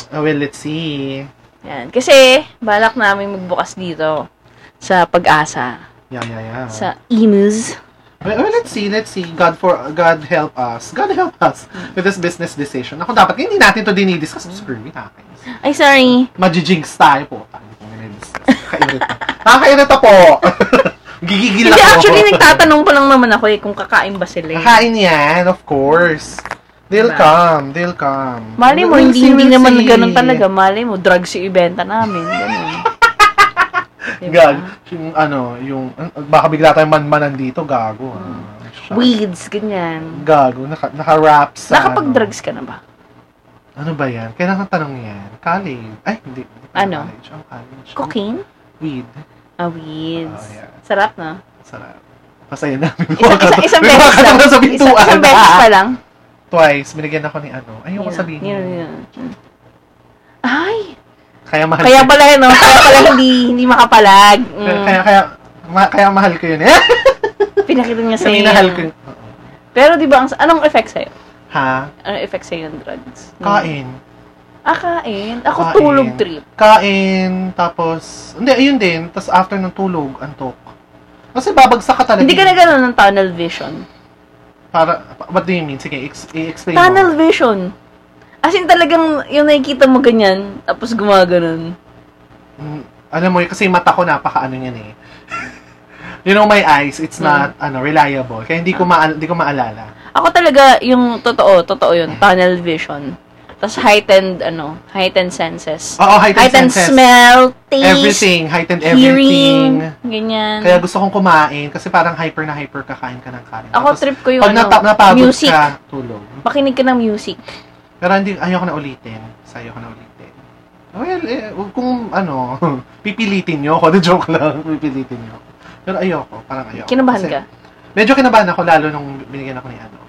[SPEAKER 2] Oh, well, let's see.
[SPEAKER 1] Yan. Kasi, balak namin magbukas dito sa pag-asa.
[SPEAKER 2] Yeah, yeah, yeah.
[SPEAKER 1] Sa Emus.
[SPEAKER 2] well, well, let's see, let's see. God for God help us. God help us with this business decision. Ako dapat, hindi natin to dinidiscuss. Screw me, nakakainis.
[SPEAKER 1] Ay, sorry.
[SPEAKER 2] Majijinx tayo po. Tayo po dinidiscuss. Nakairita. Nakakairita po. Gigigil ako.
[SPEAKER 1] Hindi, actually, nagtatanong pa lang naman ako eh kung kakain ba sila. eh.
[SPEAKER 2] Kakain yan, of course. They'll
[SPEAKER 1] Diba?
[SPEAKER 2] come, they'll come.
[SPEAKER 1] Mali mo,
[SPEAKER 2] We'll
[SPEAKER 1] hindi,
[SPEAKER 2] see,
[SPEAKER 1] hindi
[SPEAKER 2] we'll
[SPEAKER 1] naman
[SPEAKER 2] see.
[SPEAKER 1] ganun talaga. Mali mo, drugs yung ibenta namin. Ganun. Diba?
[SPEAKER 2] God, yung ano, yung, baka bigla tayong manmanan dito, gago. ah. Shucks.
[SPEAKER 1] Weeds, ganyan.
[SPEAKER 2] Gago, naka, naka-rap sa
[SPEAKER 1] Nakapag-drugs ka na ba?
[SPEAKER 2] Ano, ano ba yan? Kailangan tanong yan. College. Ay, hindi. hindi pala
[SPEAKER 1] Ano?
[SPEAKER 2] College. Oh, college.
[SPEAKER 1] Cocaine?
[SPEAKER 2] Weed.
[SPEAKER 1] Ah, weeds.
[SPEAKER 2] Oh, yeah.
[SPEAKER 1] Sarap, no?
[SPEAKER 2] Sarap. Pasaya namin.
[SPEAKER 1] Isang, isang, isang beses lang.
[SPEAKER 2] Sa
[SPEAKER 1] Isang,
[SPEAKER 2] pintuan.
[SPEAKER 1] isang beses pa lang.
[SPEAKER 2] Twice, binigyan ako ni ano. Ayoko
[SPEAKER 1] Yun,
[SPEAKER 2] sabihin.
[SPEAKER 1] yun, yun. Ay!
[SPEAKER 2] Kaya mahal
[SPEAKER 1] Kaya
[SPEAKER 2] ko.
[SPEAKER 1] pala, no? Kaya pala hindi, hindi makapalag.
[SPEAKER 2] Kaya,
[SPEAKER 1] Mm.
[SPEAKER 2] kaya, kaya, ma- kaya mahal ko yun eh.
[SPEAKER 1] Pinakita niya sa'yo.
[SPEAKER 2] Kaya minahal ko yun. Oo.
[SPEAKER 1] Pero di ba, ang, anong effect sa'yo?
[SPEAKER 2] Ha?
[SPEAKER 1] Anong effect Ah, sa'yo ng drugs? Nung-
[SPEAKER 2] Kain.
[SPEAKER 1] Ah, kain. Ako
[SPEAKER 2] Kain.
[SPEAKER 1] tulog trip.
[SPEAKER 2] Kain, tapos, hindi, ayun din. Tapos after ng tulog, antok. Kasi babagsak ka talaga. eh.
[SPEAKER 1] Hindi ka na gano'n ng tunnel vision.
[SPEAKER 2] Para, what do you mean? Sige, ex- i-explain
[SPEAKER 1] Tunnel
[SPEAKER 2] mo.
[SPEAKER 1] vision. As in talagang yung nakikita mo ganyan, tapos gumaganon.
[SPEAKER 2] Mm, Alam mo, kasi yung mata ko napaka-ano yan eh. you know, my eyes, it's
[SPEAKER 1] Mm.
[SPEAKER 2] not, ano, reliable. Kaya hindi ko, maal- hindi ko maalala.
[SPEAKER 1] Ako talaga, yung totoo, totoo yun, tunnel vision. Tapos heightened, ano, heightened senses.
[SPEAKER 2] Oo, Oh, heightened,
[SPEAKER 1] heightened
[SPEAKER 2] senses.
[SPEAKER 1] smell, taste,
[SPEAKER 2] Everything, heightened
[SPEAKER 1] hearing,
[SPEAKER 2] everything.
[SPEAKER 1] ganyan.
[SPEAKER 2] Kaya gusto kong kumain kasi parang hyper na hyper kakain ka ng kain.
[SPEAKER 1] Ako trip ko yung
[SPEAKER 2] pag
[SPEAKER 1] ano,
[SPEAKER 2] nata- napagod
[SPEAKER 1] music.
[SPEAKER 2] ka, tulog.
[SPEAKER 1] Makinig ka ng music.
[SPEAKER 2] Pero hindi, ayoko na ulitin. Sa ayoko na ulitin. Well, eh, wag kung ano, pipilitin nyo ako. Joke lang, pipilitin nyo. Pero ayoko, parang ayoko.
[SPEAKER 1] Kinabahan
[SPEAKER 2] Kasi
[SPEAKER 1] ka.
[SPEAKER 2] Medyo kinabahan ako lalo nung binigyan ako ni ano.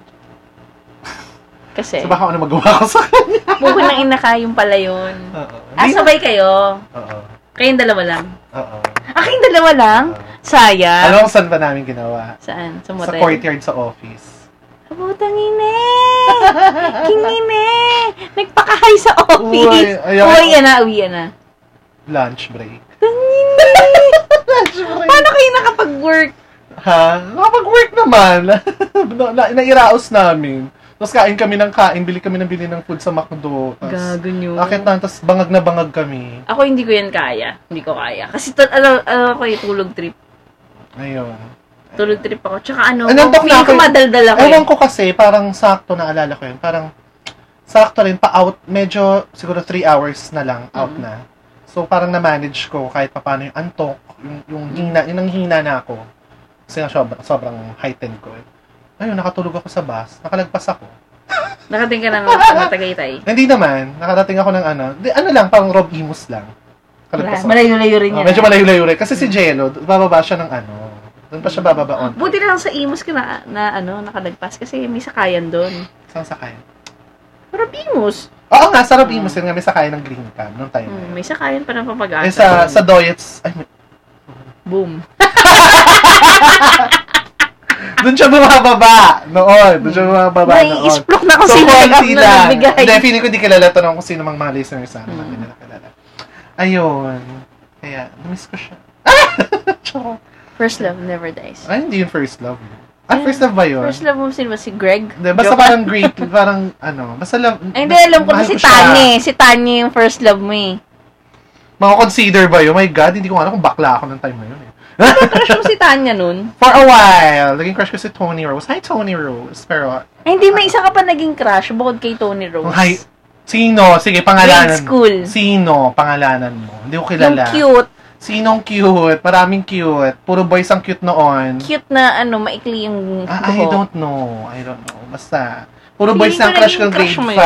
[SPEAKER 1] Kasi,
[SPEAKER 2] So baka ano magawa ko sa kanya.
[SPEAKER 1] buko ng ina ka, yung pala yun.
[SPEAKER 2] Oo.
[SPEAKER 1] Ah,
[SPEAKER 2] Hindi-
[SPEAKER 1] sabay kayo.
[SPEAKER 2] Oo.
[SPEAKER 1] Kayong dalawa lang.
[SPEAKER 2] Oo.
[SPEAKER 1] Ah, kayong dalawa lang?
[SPEAKER 2] Oo.
[SPEAKER 1] Sayang.
[SPEAKER 2] Alam mo saan ba namin ginawa?
[SPEAKER 1] Saan? Ano? Sa Oh,
[SPEAKER 2] Sa
[SPEAKER 1] motel?
[SPEAKER 2] courtyard sa office.
[SPEAKER 1] Kabutang ine! eh. Kingine! Nagpakahay eh. sa office!
[SPEAKER 2] Uy,
[SPEAKER 1] Uy,
[SPEAKER 2] ayaw.
[SPEAKER 1] yan na, uwi yan na.
[SPEAKER 2] Lunch break.
[SPEAKER 1] Tangine!
[SPEAKER 2] Lunch break.
[SPEAKER 1] Paano kayo nakapag-work?
[SPEAKER 2] Ha? Nakapag-work naman. na, na, nairaos namin. Tapos kain kami ng kain, bili kami ng bili ng food sa McDo. Tapos,
[SPEAKER 1] Gago nyo.
[SPEAKER 2] akit na, tapos bangag na bangag kami.
[SPEAKER 1] Ako hindi ko yan kaya. Hindi ko kaya. Kasi to, alam, alam ko yung tulog trip.
[SPEAKER 2] Ayun.
[SPEAKER 1] Tulog trip ako. Tsaka ano,
[SPEAKER 2] Anong
[SPEAKER 1] kung
[SPEAKER 2] bakla
[SPEAKER 1] feeling ko
[SPEAKER 2] kayo?
[SPEAKER 1] madaldal ako.
[SPEAKER 2] Ewan
[SPEAKER 1] eh.
[SPEAKER 2] ko kasi, parang sakto naalala ko yun. Parang, sakto rin, pa-out, medyo, siguro 3 hours na lang, out
[SPEAKER 1] Mm.
[SPEAKER 2] na. So, parang na-manage ko kahit paano yung antok, yung, yung hina, yun ang hina na ako. Kasi nga, sobrang, sobrang heightened ko. eh. Ayun, nakatulog ako sa bus. Nakalagpas ako.
[SPEAKER 1] Nakating ka ng ng Tagaytay.
[SPEAKER 2] Hindi naman. Nakarating ako ng ano. Di, ano lang, parang Rob Imus lang.
[SPEAKER 1] Wala, Ah,
[SPEAKER 2] Kalagpas ako.
[SPEAKER 1] Malayo-layo rin
[SPEAKER 2] Oh,
[SPEAKER 1] yan.
[SPEAKER 2] medyo malayo-layo rin. Kasi si Jello, d- bababa siya ng ano. Doon pa siya bababa on.
[SPEAKER 1] Buti na lang sa Imus ka na, na ano, nakalagpas kasi may sakayan doon.
[SPEAKER 2] Saan sakay?
[SPEAKER 1] Pero Imus,
[SPEAKER 2] Oo nga, sa Rob Imus yun nga. May sakay ng green cam noong time
[SPEAKER 1] hmm,
[SPEAKER 2] na yun.
[SPEAKER 1] may sakayan pa ng
[SPEAKER 2] Eh,
[SPEAKER 1] papag-asa.
[SPEAKER 2] sa, sa Doyets, ay, may-
[SPEAKER 1] Boom.
[SPEAKER 2] doon siya bumababa noon. Doon
[SPEAKER 1] Mm.
[SPEAKER 2] siya bumababa noon.
[SPEAKER 1] Nai-isplok na kung
[SPEAKER 2] So,
[SPEAKER 1] sino
[SPEAKER 2] konti
[SPEAKER 1] yung na
[SPEAKER 2] lang.
[SPEAKER 1] nabigay.
[SPEAKER 2] Hindi, feeling ko hindi kilala to kung sino mang mga listeners sana.
[SPEAKER 1] Hmm.
[SPEAKER 2] Hindi nila kilala. Ayun. Kaya, namiss ko siya. Ah! Charot.
[SPEAKER 1] First love never dies.
[SPEAKER 2] Ay, hindi yung first love. Ah,
[SPEAKER 1] Yeah.
[SPEAKER 2] first love ba yun?
[SPEAKER 1] First love mo sino ba? Si Greg?
[SPEAKER 2] Hindi, basta
[SPEAKER 1] Joke.
[SPEAKER 2] parang great, parang ano, basta love.
[SPEAKER 1] Ay, hindi, alam ko na
[SPEAKER 2] mahal
[SPEAKER 1] si eh.
[SPEAKER 2] siya.
[SPEAKER 1] Tani. Si Tani yung first love mo eh.
[SPEAKER 2] Makakonsider ba yun? My God, hindi ko alam kung bakla ako ng time na yun eh.
[SPEAKER 1] Pero crush mo si Tanya nun.
[SPEAKER 2] For a while, naging crush ko si Tony Rose. Hi, Tony Rose. Pero,
[SPEAKER 1] Ay, hindi, may isa ka pa naging crush bukod kay Tony Rose.
[SPEAKER 2] hi, sino? Sige, pangalanan.
[SPEAKER 1] Grade school.
[SPEAKER 2] Sino? Pangalanan mo. Hindi ko
[SPEAKER 1] Yung
[SPEAKER 2] kilala.
[SPEAKER 1] cute,
[SPEAKER 2] Sinong cute? Maraming cute. Puro boys ang cute noon.
[SPEAKER 1] cute na ano, maikli yung
[SPEAKER 2] Ah, I
[SPEAKER 1] buhok.
[SPEAKER 2] don't know. I don't know. Basta, puro
[SPEAKER 1] Feeling
[SPEAKER 2] boys
[SPEAKER 1] ko
[SPEAKER 2] ang crush ko
[SPEAKER 1] naging
[SPEAKER 2] grade
[SPEAKER 1] crush mo yun.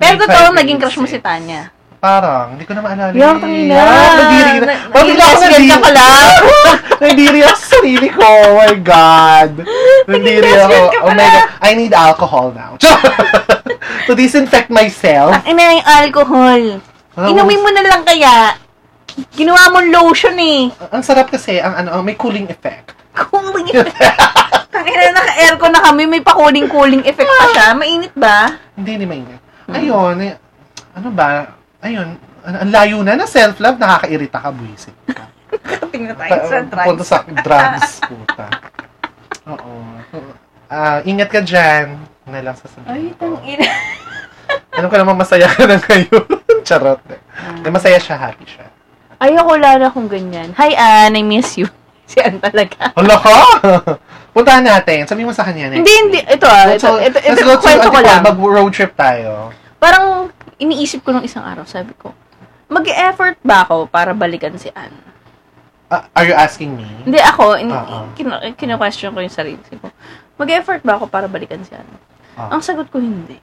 [SPEAKER 2] 5.
[SPEAKER 1] Pero totoo, naging crush mo si Tanya.
[SPEAKER 2] Parang, hindi ko na maalala.
[SPEAKER 1] Yung tangina.
[SPEAKER 2] Ah, Nadiri na.
[SPEAKER 1] Na-
[SPEAKER 2] Bakit ako
[SPEAKER 1] naging lesbian ka
[SPEAKER 2] nandiri-
[SPEAKER 1] pala.
[SPEAKER 2] Nadiri ako sa sarili ko. Oh my God. Nadiri ako.
[SPEAKER 1] lesbian ka
[SPEAKER 2] Oh my
[SPEAKER 1] pala.
[SPEAKER 2] God. I need alcohol now. to disinfect myself.
[SPEAKER 1] Ang ina yung alcohol. Ah, Inumin mo na lang kaya. Ginawa mong lotion eh.
[SPEAKER 2] Ang sarap kasi, ang ano, may cooling effect.
[SPEAKER 1] Cooling effect. Tangina, naka-aircon na kami. May pa-cooling-cooling effect pa siya. Mainit ba?
[SPEAKER 2] Hindi, hindi mainit.
[SPEAKER 1] Hmm.
[SPEAKER 2] Ayun, eh, ano ba? Ayun, ang ang layo na na self-love, nakakairita ka, buwisit ka.
[SPEAKER 1] Tingnan
[SPEAKER 2] Punta um, sa drugs, puta. Oo. Ah, ingat ka dyan. Yun Na lang sasabihin
[SPEAKER 1] Ay,
[SPEAKER 2] ko.
[SPEAKER 1] tangina.
[SPEAKER 2] Alam ko naman masaya ka na kayo. Charot eh.
[SPEAKER 1] Ah.
[SPEAKER 2] Hindi, masaya siya, happy siya.
[SPEAKER 1] Ayoko lala kung ganyan. Hi, Ann. I miss you. Si Ann talaga.
[SPEAKER 2] Hala ka! Puntahan natin. Sabihin mo sa kanya next
[SPEAKER 1] Hindi, hindi. Ito ah.
[SPEAKER 2] Let's
[SPEAKER 1] Ito,
[SPEAKER 2] go-
[SPEAKER 1] ito, ito,
[SPEAKER 2] let's go to
[SPEAKER 1] kwento ko
[SPEAKER 2] Antipolo.
[SPEAKER 1] lang.
[SPEAKER 2] Mag-road trip tayo.
[SPEAKER 1] Parang iniisip ko nung isang araw. Sabi ko, mag-effort ba ako para balikan si Ann?
[SPEAKER 2] Ah, are you asking me?
[SPEAKER 1] Hindi ako, in,
[SPEAKER 2] Ah, ah.
[SPEAKER 1] kino- kino-question ko yung sarili ko. Mag-effort ba ako para balikan si Ann? Ang
[SPEAKER 2] Ah.
[SPEAKER 1] sagot ko, hindi.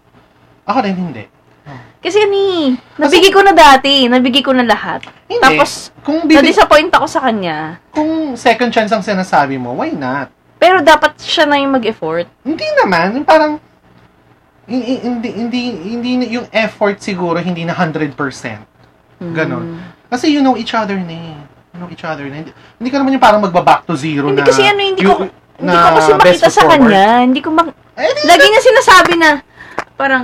[SPEAKER 2] Ako rin hindi.
[SPEAKER 1] Kasi yun eh, nabigay ko na dati, nabigay ko na lahat.
[SPEAKER 2] Hindi.
[SPEAKER 1] Tapos,
[SPEAKER 2] kung bibi-
[SPEAKER 1] Na-disappoint ako sa kanya.
[SPEAKER 2] kung second chance ang sinasabi mo, why not?
[SPEAKER 1] Pero dapat siya na yung mag-effort.
[SPEAKER 2] Hindi naman, yung parang Hindi, hindi, hindi, hindi, yung effort siguro, hindi na 100%.
[SPEAKER 1] Hmm.
[SPEAKER 2] Ganon. Kasi you know each other na eh. You know each other na. Hindi, hindi ka naman yung parang magba-back to zero
[SPEAKER 1] Hindi
[SPEAKER 2] na...
[SPEAKER 1] kasi ano, hindi ko-
[SPEAKER 2] you-
[SPEAKER 1] Hindi ko kasi
[SPEAKER 2] best
[SPEAKER 1] makita
[SPEAKER 2] foot
[SPEAKER 1] sa
[SPEAKER 2] forward.
[SPEAKER 1] kanya. Hindi ko mak...
[SPEAKER 2] Eh, di,
[SPEAKER 1] Lagi niya sinasabi na, parang,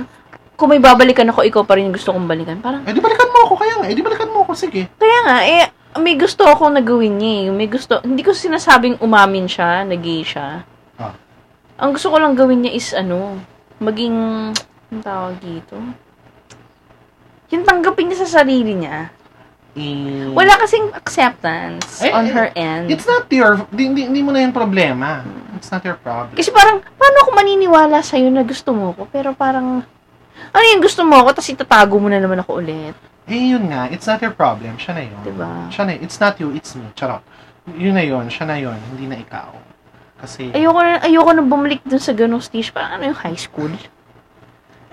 [SPEAKER 1] kung may babalikan ako, ikaw pa rin yung gusto kong balikan. Parang,
[SPEAKER 2] eh, di balikan mo ako. Kaya nga, eh, di balikan mo ako. Sige.
[SPEAKER 1] kaya nga, eh, may gusto ako na gawin niya eh. May gusto, hindi ko sinasabing umamin siya, na gay siya.
[SPEAKER 2] Ah.
[SPEAKER 1] Ang gusto ko lang gawin niya is ano, maging, ang tawag dito? Yung tanggapin niya sa sarili niya.
[SPEAKER 2] Eh,
[SPEAKER 1] Wala kasing acceptance
[SPEAKER 2] Eh,
[SPEAKER 1] on
[SPEAKER 2] eh,
[SPEAKER 1] her end.
[SPEAKER 2] It's not your... di- Hindi hindi mo na yung problema. It's not your problem.
[SPEAKER 1] Kasi parang, paano ako maniniwala sa'yo na gusto mo ko? Pero parang, ano yung gusto mo ako, tapos itatago mo na naman ako ulit.
[SPEAKER 2] Eh, yun nga. It's not your problem. Siya na yun.
[SPEAKER 1] Diba?
[SPEAKER 2] Siya na It's not you, it's me. Charot. Yun na yun. Siya na yun. Hindi na ikaw. Kasi...
[SPEAKER 1] Ayoko na, ayoko na bumalik dun sa ganong stage. Parang ano yung high school?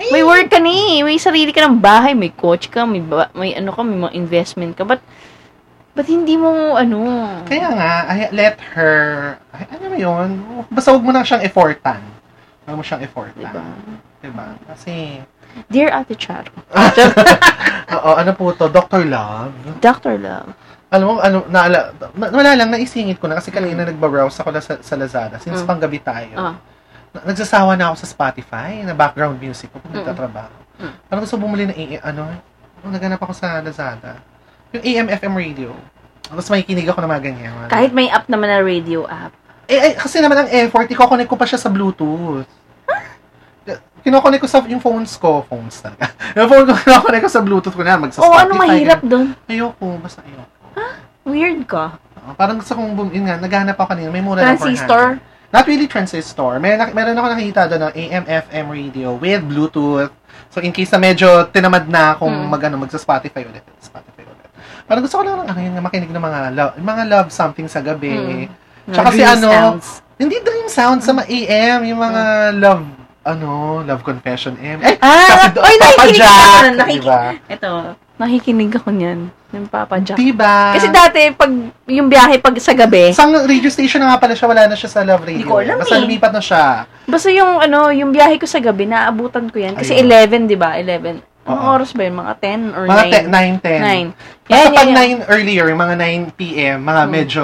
[SPEAKER 1] May work ka na eh. May sarili ka ng bahay. May coach ka. May, ba- may ano ka. May mga investment ka. Ba't, ba't hindi mo ano?
[SPEAKER 2] Kaya nga, I let her... Ay, ano mo yun? Basta huwag mo lang siyang effortan. Huwag mo siyang effortan.
[SPEAKER 1] Diba?
[SPEAKER 2] Diba? Kasi...
[SPEAKER 1] Dear Ate Charo,
[SPEAKER 2] Oo, ano po to? Dr. Love?
[SPEAKER 1] Dr. Love.
[SPEAKER 2] Alam mo, ano, naala, na, wala lang, naisingit ko na kasi kanina nagbabrowse ako na sa, sa Lazada since
[SPEAKER 1] Mm.
[SPEAKER 2] panggabi tayo.
[SPEAKER 1] Ah.
[SPEAKER 2] Na- Nagsasawa na ako sa Spotify na background music ko pag
[SPEAKER 1] Mm.
[SPEAKER 2] nagtatrabaho.
[SPEAKER 1] Mm.
[SPEAKER 2] Parang gusto bumili ng AM, ano, nung naghanap ako sa Lazada. Yung E AM, FM radio. Tapos makikinig ako ng mga ganyan. Mga-
[SPEAKER 1] Kahit may app naman na radio app.
[SPEAKER 2] Eh, eh, kasi naman ang effort, ikokonek ko pa siya sa Bluetooth. Kinokonek ko sa yung phones ko, phones talaga. Yung phone ko, kinokonek ko sa Bluetooth ko na, magsa
[SPEAKER 1] Oo, ano
[SPEAKER 2] Spotify,
[SPEAKER 1] mahirap dun?
[SPEAKER 2] ganun. Ayoko, basta ayoko.
[SPEAKER 1] Weird ka.
[SPEAKER 2] Oo, parang gusto kong, bum, yun nga, naghanap ako kanina, may mura lang for
[SPEAKER 1] Transistor.
[SPEAKER 2] Not really transistor. May nak- meron ako nakikita doon ng AM, FM radio with Bluetooth. So, in case na medyo tinamad na akong
[SPEAKER 1] Mm.
[SPEAKER 2] mag, ano, magsa-Spotify ulit. Spotify ulit. Parang gusto ko lang ng, ano yun, makinig ng mga love, mga love something sa gabi. Tsaka si
[SPEAKER 1] Dream
[SPEAKER 2] ano,
[SPEAKER 1] Hmm. sounds.
[SPEAKER 2] Hindi dream sound sa mga AM, yung mga love, ano, love confession AM. Eh,
[SPEAKER 1] Ah,
[SPEAKER 2] kasi do-
[SPEAKER 1] ay,
[SPEAKER 2] Papa
[SPEAKER 1] nakikinig ako
[SPEAKER 2] Jack,
[SPEAKER 1] nun, nakiki-
[SPEAKER 2] diba?
[SPEAKER 1] Ito, nakikinig ako niyan. Ng Papa Jack.
[SPEAKER 2] Diba?
[SPEAKER 1] Kasi dati, pag yung biyahe pag sa gabi,
[SPEAKER 2] Isang radio station na nga pala siya, wala na siya sa love radio.
[SPEAKER 1] Hindi ko alam
[SPEAKER 2] Basta
[SPEAKER 1] eh.
[SPEAKER 2] lumipat na siya.
[SPEAKER 1] basta yung ano, yung biyahe ko sa gabi, naabutan ko yan. Kasi
[SPEAKER 2] Ayun.
[SPEAKER 1] 11, di ba? 11. Anong
[SPEAKER 2] Oo.
[SPEAKER 1] oras ba yun? Mga 10 or
[SPEAKER 2] Mga
[SPEAKER 1] 9?
[SPEAKER 2] 9, 10.
[SPEAKER 1] 9.
[SPEAKER 2] Basta
[SPEAKER 1] Yan, yan,
[SPEAKER 2] pag
[SPEAKER 1] yan.
[SPEAKER 2] 9 earlier, yung mga 9 p.m., mga
[SPEAKER 1] Mm.
[SPEAKER 2] medyo,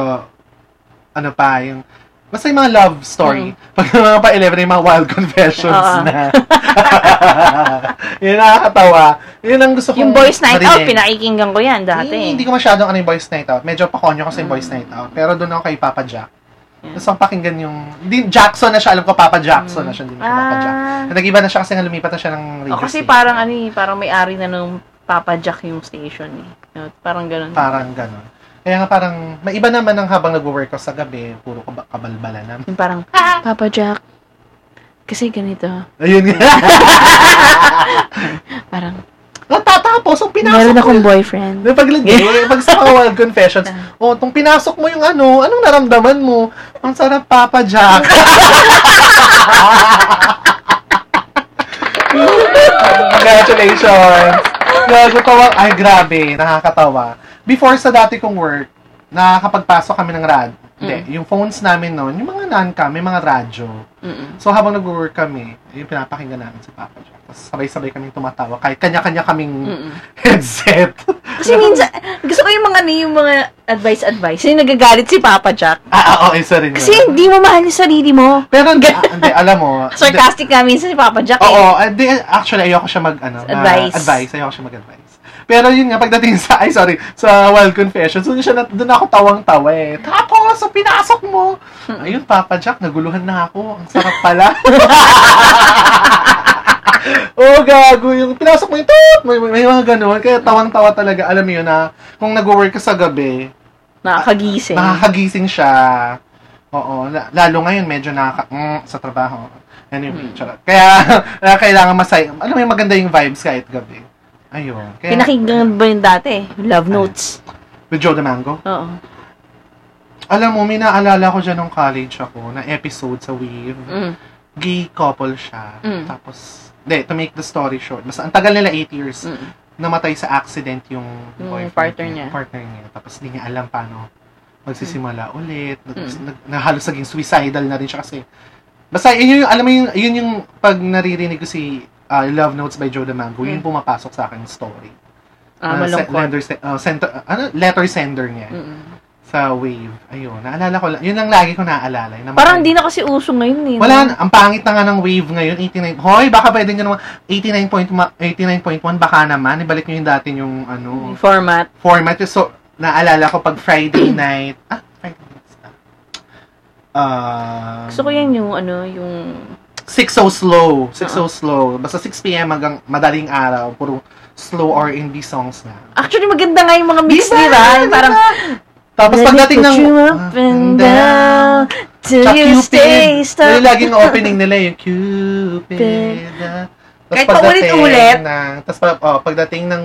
[SPEAKER 2] ano pa, yung, basta yung mga love story. Pag mga pa 11, yung mga wild confessions
[SPEAKER 1] Hmm. Oo.
[SPEAKER 2] na. yun nakakatawa. Yun ang gusto ko.
[SPEAKER 1] Yung boys night oh, out, pinakikinggan ko yan dati. Oh,
[SPEAKER 2] Eh, hindi ko masyadong ano yung Boys Night Out. Medyo pakonyo kasi yung
[SPEAKER 1] Mm.
[SPEAKER 2] Boys Night Out. Pero doon ako kay Papa Jack.
[SPEAKER 1] Yeah.
[SPEAKER 2] Gusto kong pakinggan yung... Hindi, Jackson na siya. Alam ko, Papa Jackson na siya. Hindi na siya Papa Jack.
[SPEAKER 1] Ah,
[SPEAKER 2] Nag-iba na siya kasi nga lumipat na siya ng radio
[SPEAKER 1] oh, kasi
[SPEAKER 2] station.
[SPEAKER 1] parang ano eh, parang may-ari na nung Papa Jack yung station eh. No, Parang ganun.
[SPEAKER 2] Parang ganun. Kaya nga parang... Maiba naman ang habang nag-work ako sa gabi. Puro kab- kabalbala na.
[SPEAKER 1] Yung parang, Papa Jack, kasi ganito,
[SPEAKER 2] Ayun nga.
[SPEAKER 1] Mm. parang,
[SPEAKER 2] Natatapos. Ang pinasok
[SPEAKER 1] Meron
[SPEAKER 2] mo-
[SPEAKER 1] akong boyfriend.
[SPEAKER 2] May paglagay, pag sa mga wild confessions, oh, tong pinasok mo yung ano, anong naramdaman mo? Ang sarap, Papa Jack. Congratulations. Gago tawa. Ay, grabe. Nakakatawa. Before sa dati kong work, nakakapagpasok kami ng rad. Hindi,
[SPEAKER 1] Mm.
[SPEAKER 2] yung phones namin noon, yung mga nanka, may mga radyo.
[SPEAKER 1] Mm-mm.
[SPEAKER 2] So habang nag-work kami, yung pinapakinggan namin si Papa Jack. Tapos sabay-sabay kaming tumatawa. Kahit kanya-kanya kaming
[SPEAKER 1] Mm-mm.
[SPEAKER 2] headset.
[SPEAKER 1] Kasi minsan, gusto ko yung mga ano, yung mga advice-advice. Yung nagagalit si Papa Jack.
[SPEAKER 2] Ah, oo, isa rin yun.
[SPEAKER 1] Kasi hindi mo mahal yung sarili mo.
[SPEAKER 2] Pero hindi, ah, hindi, alam mo. hindi-
[SPEAKER 1] Sarcastic nga minsan si Papa Jack. Eh.
[SPEAKER 2] Oo, hindi, actually, ayoko siya mag, ano, na-
[SPEAKER 1] Advice.
[SPEAKER 2] advice, ayoko siya mag-advice. Pero yun nga, pagdating sa, ay, sorry, sa Wild Confessions, doon, siya, na- doon ako tawang-tawa eh. Tapos, so, pinasok mo.
[SPEAKER 1] Hmm.
[SPEAKER 2] Ayun, Papa Jack, naguluhan na ako. Ang sarap pala. Oo, gago. Yung pinasok mo yung toot, may, may, may mga ganun. Kaya tawang-tawa talaga. Alam mo yun na, kung nag-work ka sa gabi,
[SPEAKER 1] Nakakagising.
[SPEAKER 2] Nakakagising siya. Oo, la- lalo ngayon medyo nakaka mm, sa trabaho. Anyway, charot. Kaya kaya kailangan masaya. Alam mo yung maganda yung vibes kahit gabi. Ayun. Kaya,
[SPEAKER 1] Pinakinggan ba yun dati?
[SPEAKER 2] Ano?
[SPEAKER 1] Love Notes.
[SPEAKER 2] with Joe DeMango.
[SPEAKER 1] Oo.
[SPEAKER 2] Alam mo, may naalala ko dyan nung college ako na episode sa Wave.
[SPEAKER 1] Mm.
[SPEAKER 2] Gay couple siya.
[SPEAKER 1] Mm.
[SPEAKER 2] Tapos, de, to make the story short, basta ang tagal nila 8 years,
[SPEAKER 1] Mm.
[SPEAKER 2] namatay sa accident yung,
[SPEAKER 1] Yung
[SPEAKER 2] boyfriend
[SPEAKER 1] partner niya.
[SPEAKER 2] partner niya. Tapos hindi niya alam paano magsisimula ulit. Nag,
[SPEAKER 1] Mm.
[SPEAKER 2] nag- nahalos naging suicidal na rin siya kasi. Basta yun yung, alam mo yung, yun yung pag naririnig ko si ah, Love Notes by Joe DeMango, yun pumapasok sa akin story.
[SPEAKER 1] Mm. Ah,
[SPEAKER 2] Ah, se-
[SPEAKER 1] malungkot.
[SPEAKER 2] letter, se- oh, sent- ah, ano? letter sender niya
[SPEAKER 1] Mm-mm.
[SPEAKER 2] sa Wave. Ayun, naalala ko lang. Yun ang lagi ko naaalala. Yun ang-
[SPEAKER 1] Parang di na kasi uso ngayon eh.
[SPEAKER 2] Wala
[SPEAKER 1] no?
[SPEAKER 2] na. Ang pangit na nga ng wave ngayon, 89. Hoy, baka pwede nyo naman, 89.1, 89.1 baka naman, ibalik nyo yung dati yung ano,
[SPEAKER 1] Format.
[SPEAKER 2] format. So, naalala ko pag Friday night, ah, Friday night. Um,
[SPEAKER 1] Gusto ko yan yung ano, yung...
[SPEAKER 2] 6 so slow. 6
[SPEAKER 1] Ah.
[SPEAKER 2] so slow. Basta 6 p.m. hanggang madaling araw. Puro slow R&B songs na.
[SPEAKER 1] Actually, maganda nga yung mga mix
[SPEAKER 2] Diba?
[SPEAKER 1] diba? Yung Parang...
[SPEAKER 2] Tapos
[SPEAKER 1] Let me
[SPEAKER 2] pagdating
[SPEAKER 1] put
[SPEAKER 2] ng... Ah,
[SPEAKER 1] you up and down till
[SPEAKER 2] Sa
[SPEAKER 1] you stay
[SPEAKER 2] Cupid. Yun
[SPEAKER 1] stuck.
[SPEAKER 2] yung laging opening nila yung Cupid. ah. Tapos
[SPEAKER 1] Kahit
[SPEAKER 2] pagdating
[SPEAKER 1] paulit-ulit.
[SPEAKER 2] ng- Tapos pa- oh, pagdating ng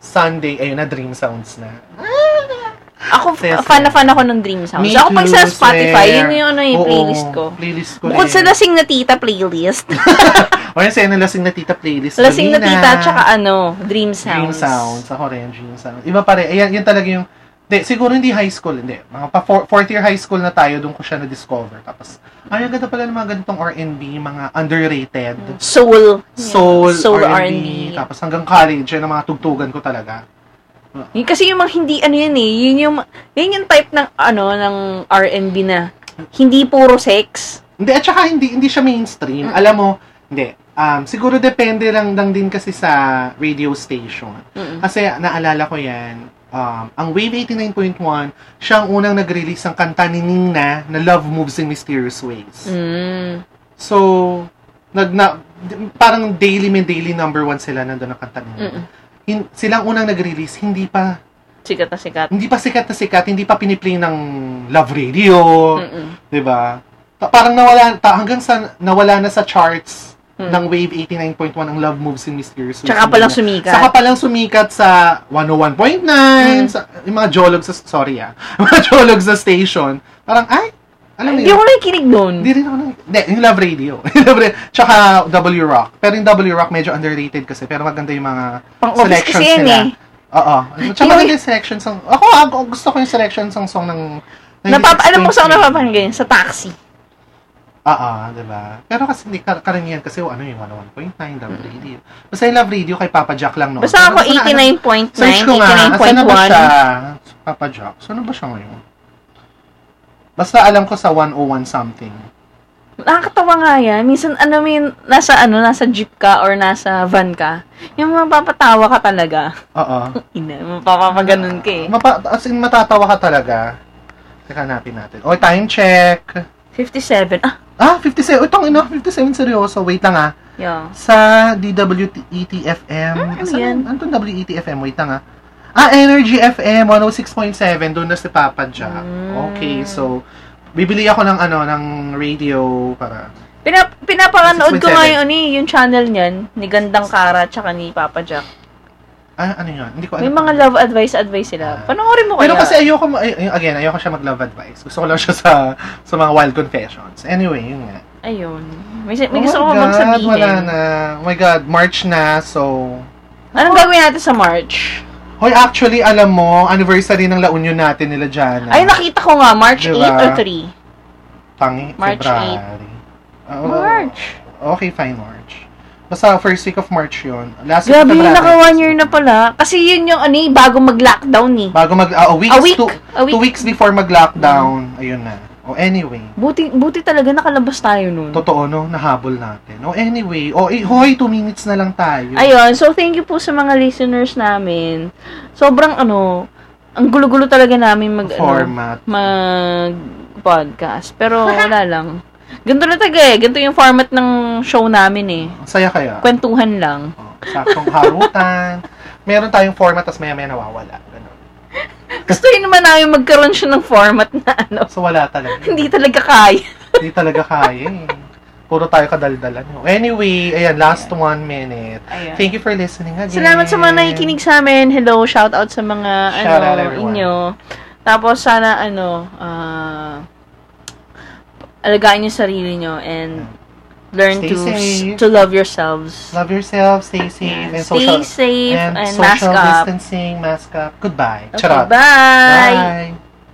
[SPEAKER 2] Sunday, ayun na, Dream Sounds na.
[SPEAKER 1] Ako,
[SPEAKER 2] Yes,
[SPEAKER 1] fan na
[SPEAKER 2] yes.
[SPEAKER 1] fan ako ng Dream Sounds.
[SPEAKER 2] Me
[SPEAKER 1] Oh, Ako pag sa
[SPEAKER 2] too,
[SPEAKER 1] Spotify,
[SPEAKER 2] sir.
[SPEAKER 1] yun yung ano yung
[SPEAKER 2] Oo,
[SPEAKER 1] playlist ko.
[SPEAKER 2] Playlist ko
[SPEAKER 1] Bukod
[SPEAKER 2] rin.
[SPEAKER 1] sa Lasing na Tita playlist.
[SPEAKER 2] O yun, sa'yo na Lasing na Tita playlist.
[SPEAKER 1] Lasing na
[SPEAKER 2] Kanina.
[SPEAKER 1] Tita, tsaka ano, Dream
[SPEAKER 2] Dream
[SPEAKER 1] Sounds.
[SPEAKER 2] Sounds. Ako rin, Dream Sounds. Iba pa rin. Ayan, yun talaga yung... Hindi, siguro hindi high school. Hindi. Mga pa four- fourth year high school na tayo, doon ko siya na-discover. Tapos, ay, ang ganda pala ng mga ganitong R&B, mga underrated.
[SPEAKER 1] Soul.
[SPEAKER 2] Soul,
[SPEAKER 1] Soul,
[SPEAKER 2] R&B,
[SPEAKER 1] R&B.
[SPEAKER 2] Tapos hanggang college, yun ang mga tugtugan ko talaga.
[SPEAKER 1] Yun, kasi yung mga hindi, ano yun eh, yun yung, yun yung type ng, ano, ng R&B na, hindi puro sex.
[SPEAKER 2] Hindi, at saka hindi, hindi siya mainstream.
[SPEAKER 1] Mm.
[SPEAKER 2] Alam mo, hindi. Um, siguro depende lang, lang din kasi sa radio station.
[SPEAKER 1] Mm-mm.
[SPEAKER 2] Kasi naalala ko yan, um, ang Wave 89.1, siya ang unang nag-release ng kanta ni Nina na Love Moves in Mysterious Ways.
[SPEAKER 1] Mm.
[SPEAKER 2] So, nag na, d- parang daily may daily number one sila nandun ang kanta ni Nina.
[SPEAKER 1] Mm-mm.
[SPEAKER 2] Hin- silang unang nag-release, hindi pa
[SPEAKER 1] Sikat na sikat.
[SPEAKER 2] hindi pa sikat na sikat, hindi pa piniplay ng Love Radio,
[SPEAKER 1] Mm-mm.
[SPEAKER 2] 'di ba? Ta- parang nawala ta hanggang sa nawala na sa charts
[SPEAKER 1] Mm.
[SPEAKER 2] ng Wave 89.1 ang Love Moves in Mysterious Ways.
[SPEAKER 1] Tsaka
[SPEAKER 2] Hindi
[SPEAKER 1] pa lang
[SPEAKER 2] na-
[SPEAKER 1] sumikat.
[SPEAKER 2] Saka pa lang sumikat sa 101.9,
[SPEAKER 1] Mm.
[SPEAKER 2] sa, yung mga jolog sa, sorry ah, yung mga jolog sa station. Parang, ay, alam mo
[SPEAKER 1] hindi
[SPEAKER 2] yun,
[SPEAKER 1] ako nakikinig doon.
[SPEAKER 2] hindi rin ako nang, hindi, yung Love Radio. Yung Love Radio. Tsaka W Rock. Pero yung W Rock medyo underrated kasi, pero maganda yung mga
[SPEAKER 1] Pang-office
[SPEAKER 2] selections
[SPEAKER 1] kasi yan
[SPEAKER 2] nila.
[SPEAKER 1] eh.
[SPEAKER 2] Oo. Tsaka
[SPEAKER 1] Yung-
[SPEAKER 2] maganda yung selections ng, ako, ako, gusto ko yung selections ng song ng, ng
[SPEAKER 1] Napap alam mo saan ako napapakinggan?
[SPEAKER 2] napapanggit?
[SPEAKER 1] Sa taxi.
[SPEAKER 2] Oo, di ba? Pero kasi hindi, kar- karamihan kasi, ano yung 101.9, Love Radio. Basta yung Love Radio kay Papa Jack lang noon.
[SPEAKER 1] Mm. Basta ako
[SPEAKER 2] Pero sana-
[SPEAKER 1] 89.9,
[SPEAKER 2] Oh, Search ko nga, asan na ba siya?
[SPEAKER 1] 89.1.
[SPEAKER 2] Papa Jack, saan na ba siya ngayon? Basta alam ko sa 101 something.
[SPEAKER 1] Nakakatawa nga yan. Minsan, ano yun, nasa ano, nasa jeep ka or nasa van ka, yung mapapatawa ka talaga.
[SPEAKER 2] Oo.
[SPEAKER 1] Ina, mapapapaganon ka eh.
[SPEAKER 2] Mapa, as in, matatawa ka talaga. Teka, hanapin natin. O, time check.
[SPEAKER 1] 57. Ah,
[SPEAKER 2] Ah, 57. Itong ina, 57 seryoso. Wait lang ah.
[SPEAKER 1] yeah.
[SPEAKER 2] Sa DWETFM.
[SPEAKER 1] ano yan?
[SPEAKER 2] Ano itong WETFM? Wait lang ah. Ah, Energy FM 106.7. Doon na si Papa Jack.
[SPEAKER 1] Mm.
[SPEAKER 2] Okay, so, bibili ako ng ano, ng radio para
[SPEAKER 1] Pinap pinapakanood ko
[SPEAKER 2] 6.7.
[SPEAKER 1] nga yung, ano, eh, yung channel niyan, ni Gandang Kara, tsaka ni Papa Jack.
[SPEAKER 2] Ah, ano yun? Hindi ko
[SPEAKER 1] May
[SPEAKER 2] alam.
[SPEAKER 1] mga love advice-advice sila. Panoorin mo kaya.
[SPEAKER 2] Ah. Pero kasi ayoko, ma- ay, again, ayoko siya mag-love advice. Gusto ko lang siya sa sa mga wild confessions. Anyway, yun nga.
[SPEAKER 1] Ayun. May, may gusto ko
[SPEAKER 2] Oh my
[SPEAKER 1] bang
[SPEAKER 2] God,
[SPEAKER 1] sabihin.
[SPEAKER 2] wala na. Oh my God, March na, so...
[SPEAKER 1] Anong gagawin natin sa March?
[SPEAKER 2] Hoy, actually, alam mo, anniversary ng La Union natin nila Jana.
[SPEAKER 1] Ay, nakita ko nga, March 8
[SPEAKER 2] Diba?
[SPEAKER 1] or 3?
[SPEAKER 2] Tangi,
[SPEAKER 1] March
[SPEAKER 2] February. Oo.
[SPEAKER 1] March.
[SPEAKER 2] Okay, fine, March. Basta first week of March yun. Last
[SPEAKER 1] Grabe,
[SPEAKER 2] week of February.
[SPEAKER 1] naka one year na pala. Kasi yun yung ano eh, bago mag-lockdown eh.
[SPEAKER 2] Bago mag... ah, a week.
[SPEAKER 1] A week.
[SPEAKER 2] Two,
[SPEAKER 1] A week.
[SPEAKER 2] two weeks before mag-lockdown. Ayun na. O, anyway.
[SPEAKER 1] Buti, buti talaga nakalabas tayo nun.
[SPEAKER 2] Totoo, no? Nahabol natin. O, anyway. O, eh, hoy, two minutes na lang tayo.
[SPEAKER 1] Ayun, so thank you po sa mga listeners namin. Sobrang ano, ang gulo-gulo talaga namin mag, ano,
[SPEAKER 2] Format.
[SPEAKER 1] mag podcast. Pero wala lang. Ganito na taga eh. Ganito yung format ng show namin eh.
[SPEAKER 2] Ang Saya kaya.
[SPEAKER 1] Kwentuhan lang.
[SPEAKER 2] Oh, saktong harutan. Meron tayong format, tapos maya-maya nawawala. Ganun.
[SPEAKER 1] Gusto yun naman namin magkaroon siya ng format na ano.
[SPEAKER 2] So, wala talaga.
[SPEAKER 1] Hindi talaga kaya.
[SPEAKER 2] Hindi talaga kaya eh. Puro tayo kadaldalan. Anyway, ayan, last one minute.
[SPEAKER 1] Ayun.
[SPEAKER 2] Thank you for listening again.
[SPEAKER 1] Salamat sa mga nakikinig sa amin. Hello, shout out sa mga
[SPEAKER 2] Shout out
[SPEAKER 1] ano
[SPEAKER 2] everyone.
[SPEAKER 1] inyo. Tapos sana ano ah, alagaan niyo sarili niyo and learn
[SPEAKER 2] Stay
[SPEAKER 1] to
[SPEAKER 2] safe.
[SPEAKER 1] to love yourselves.
[SPEAKER 2] Love yourself, stay safe, and social,
[SPEAKER 1] Stay safe and,
[SPEAKER 2] and
[SPEAKER 1] mask
[SPEAKER 2] social
[SPEAKER 1] up.
[SPEAKER 2] distancing, mask up. Goodbye.
[SPEAKER 1] Okay,
[SPEAKER 2] Charot.
[SPEAKER 1] bye.
[SPEAKER 2] Bye.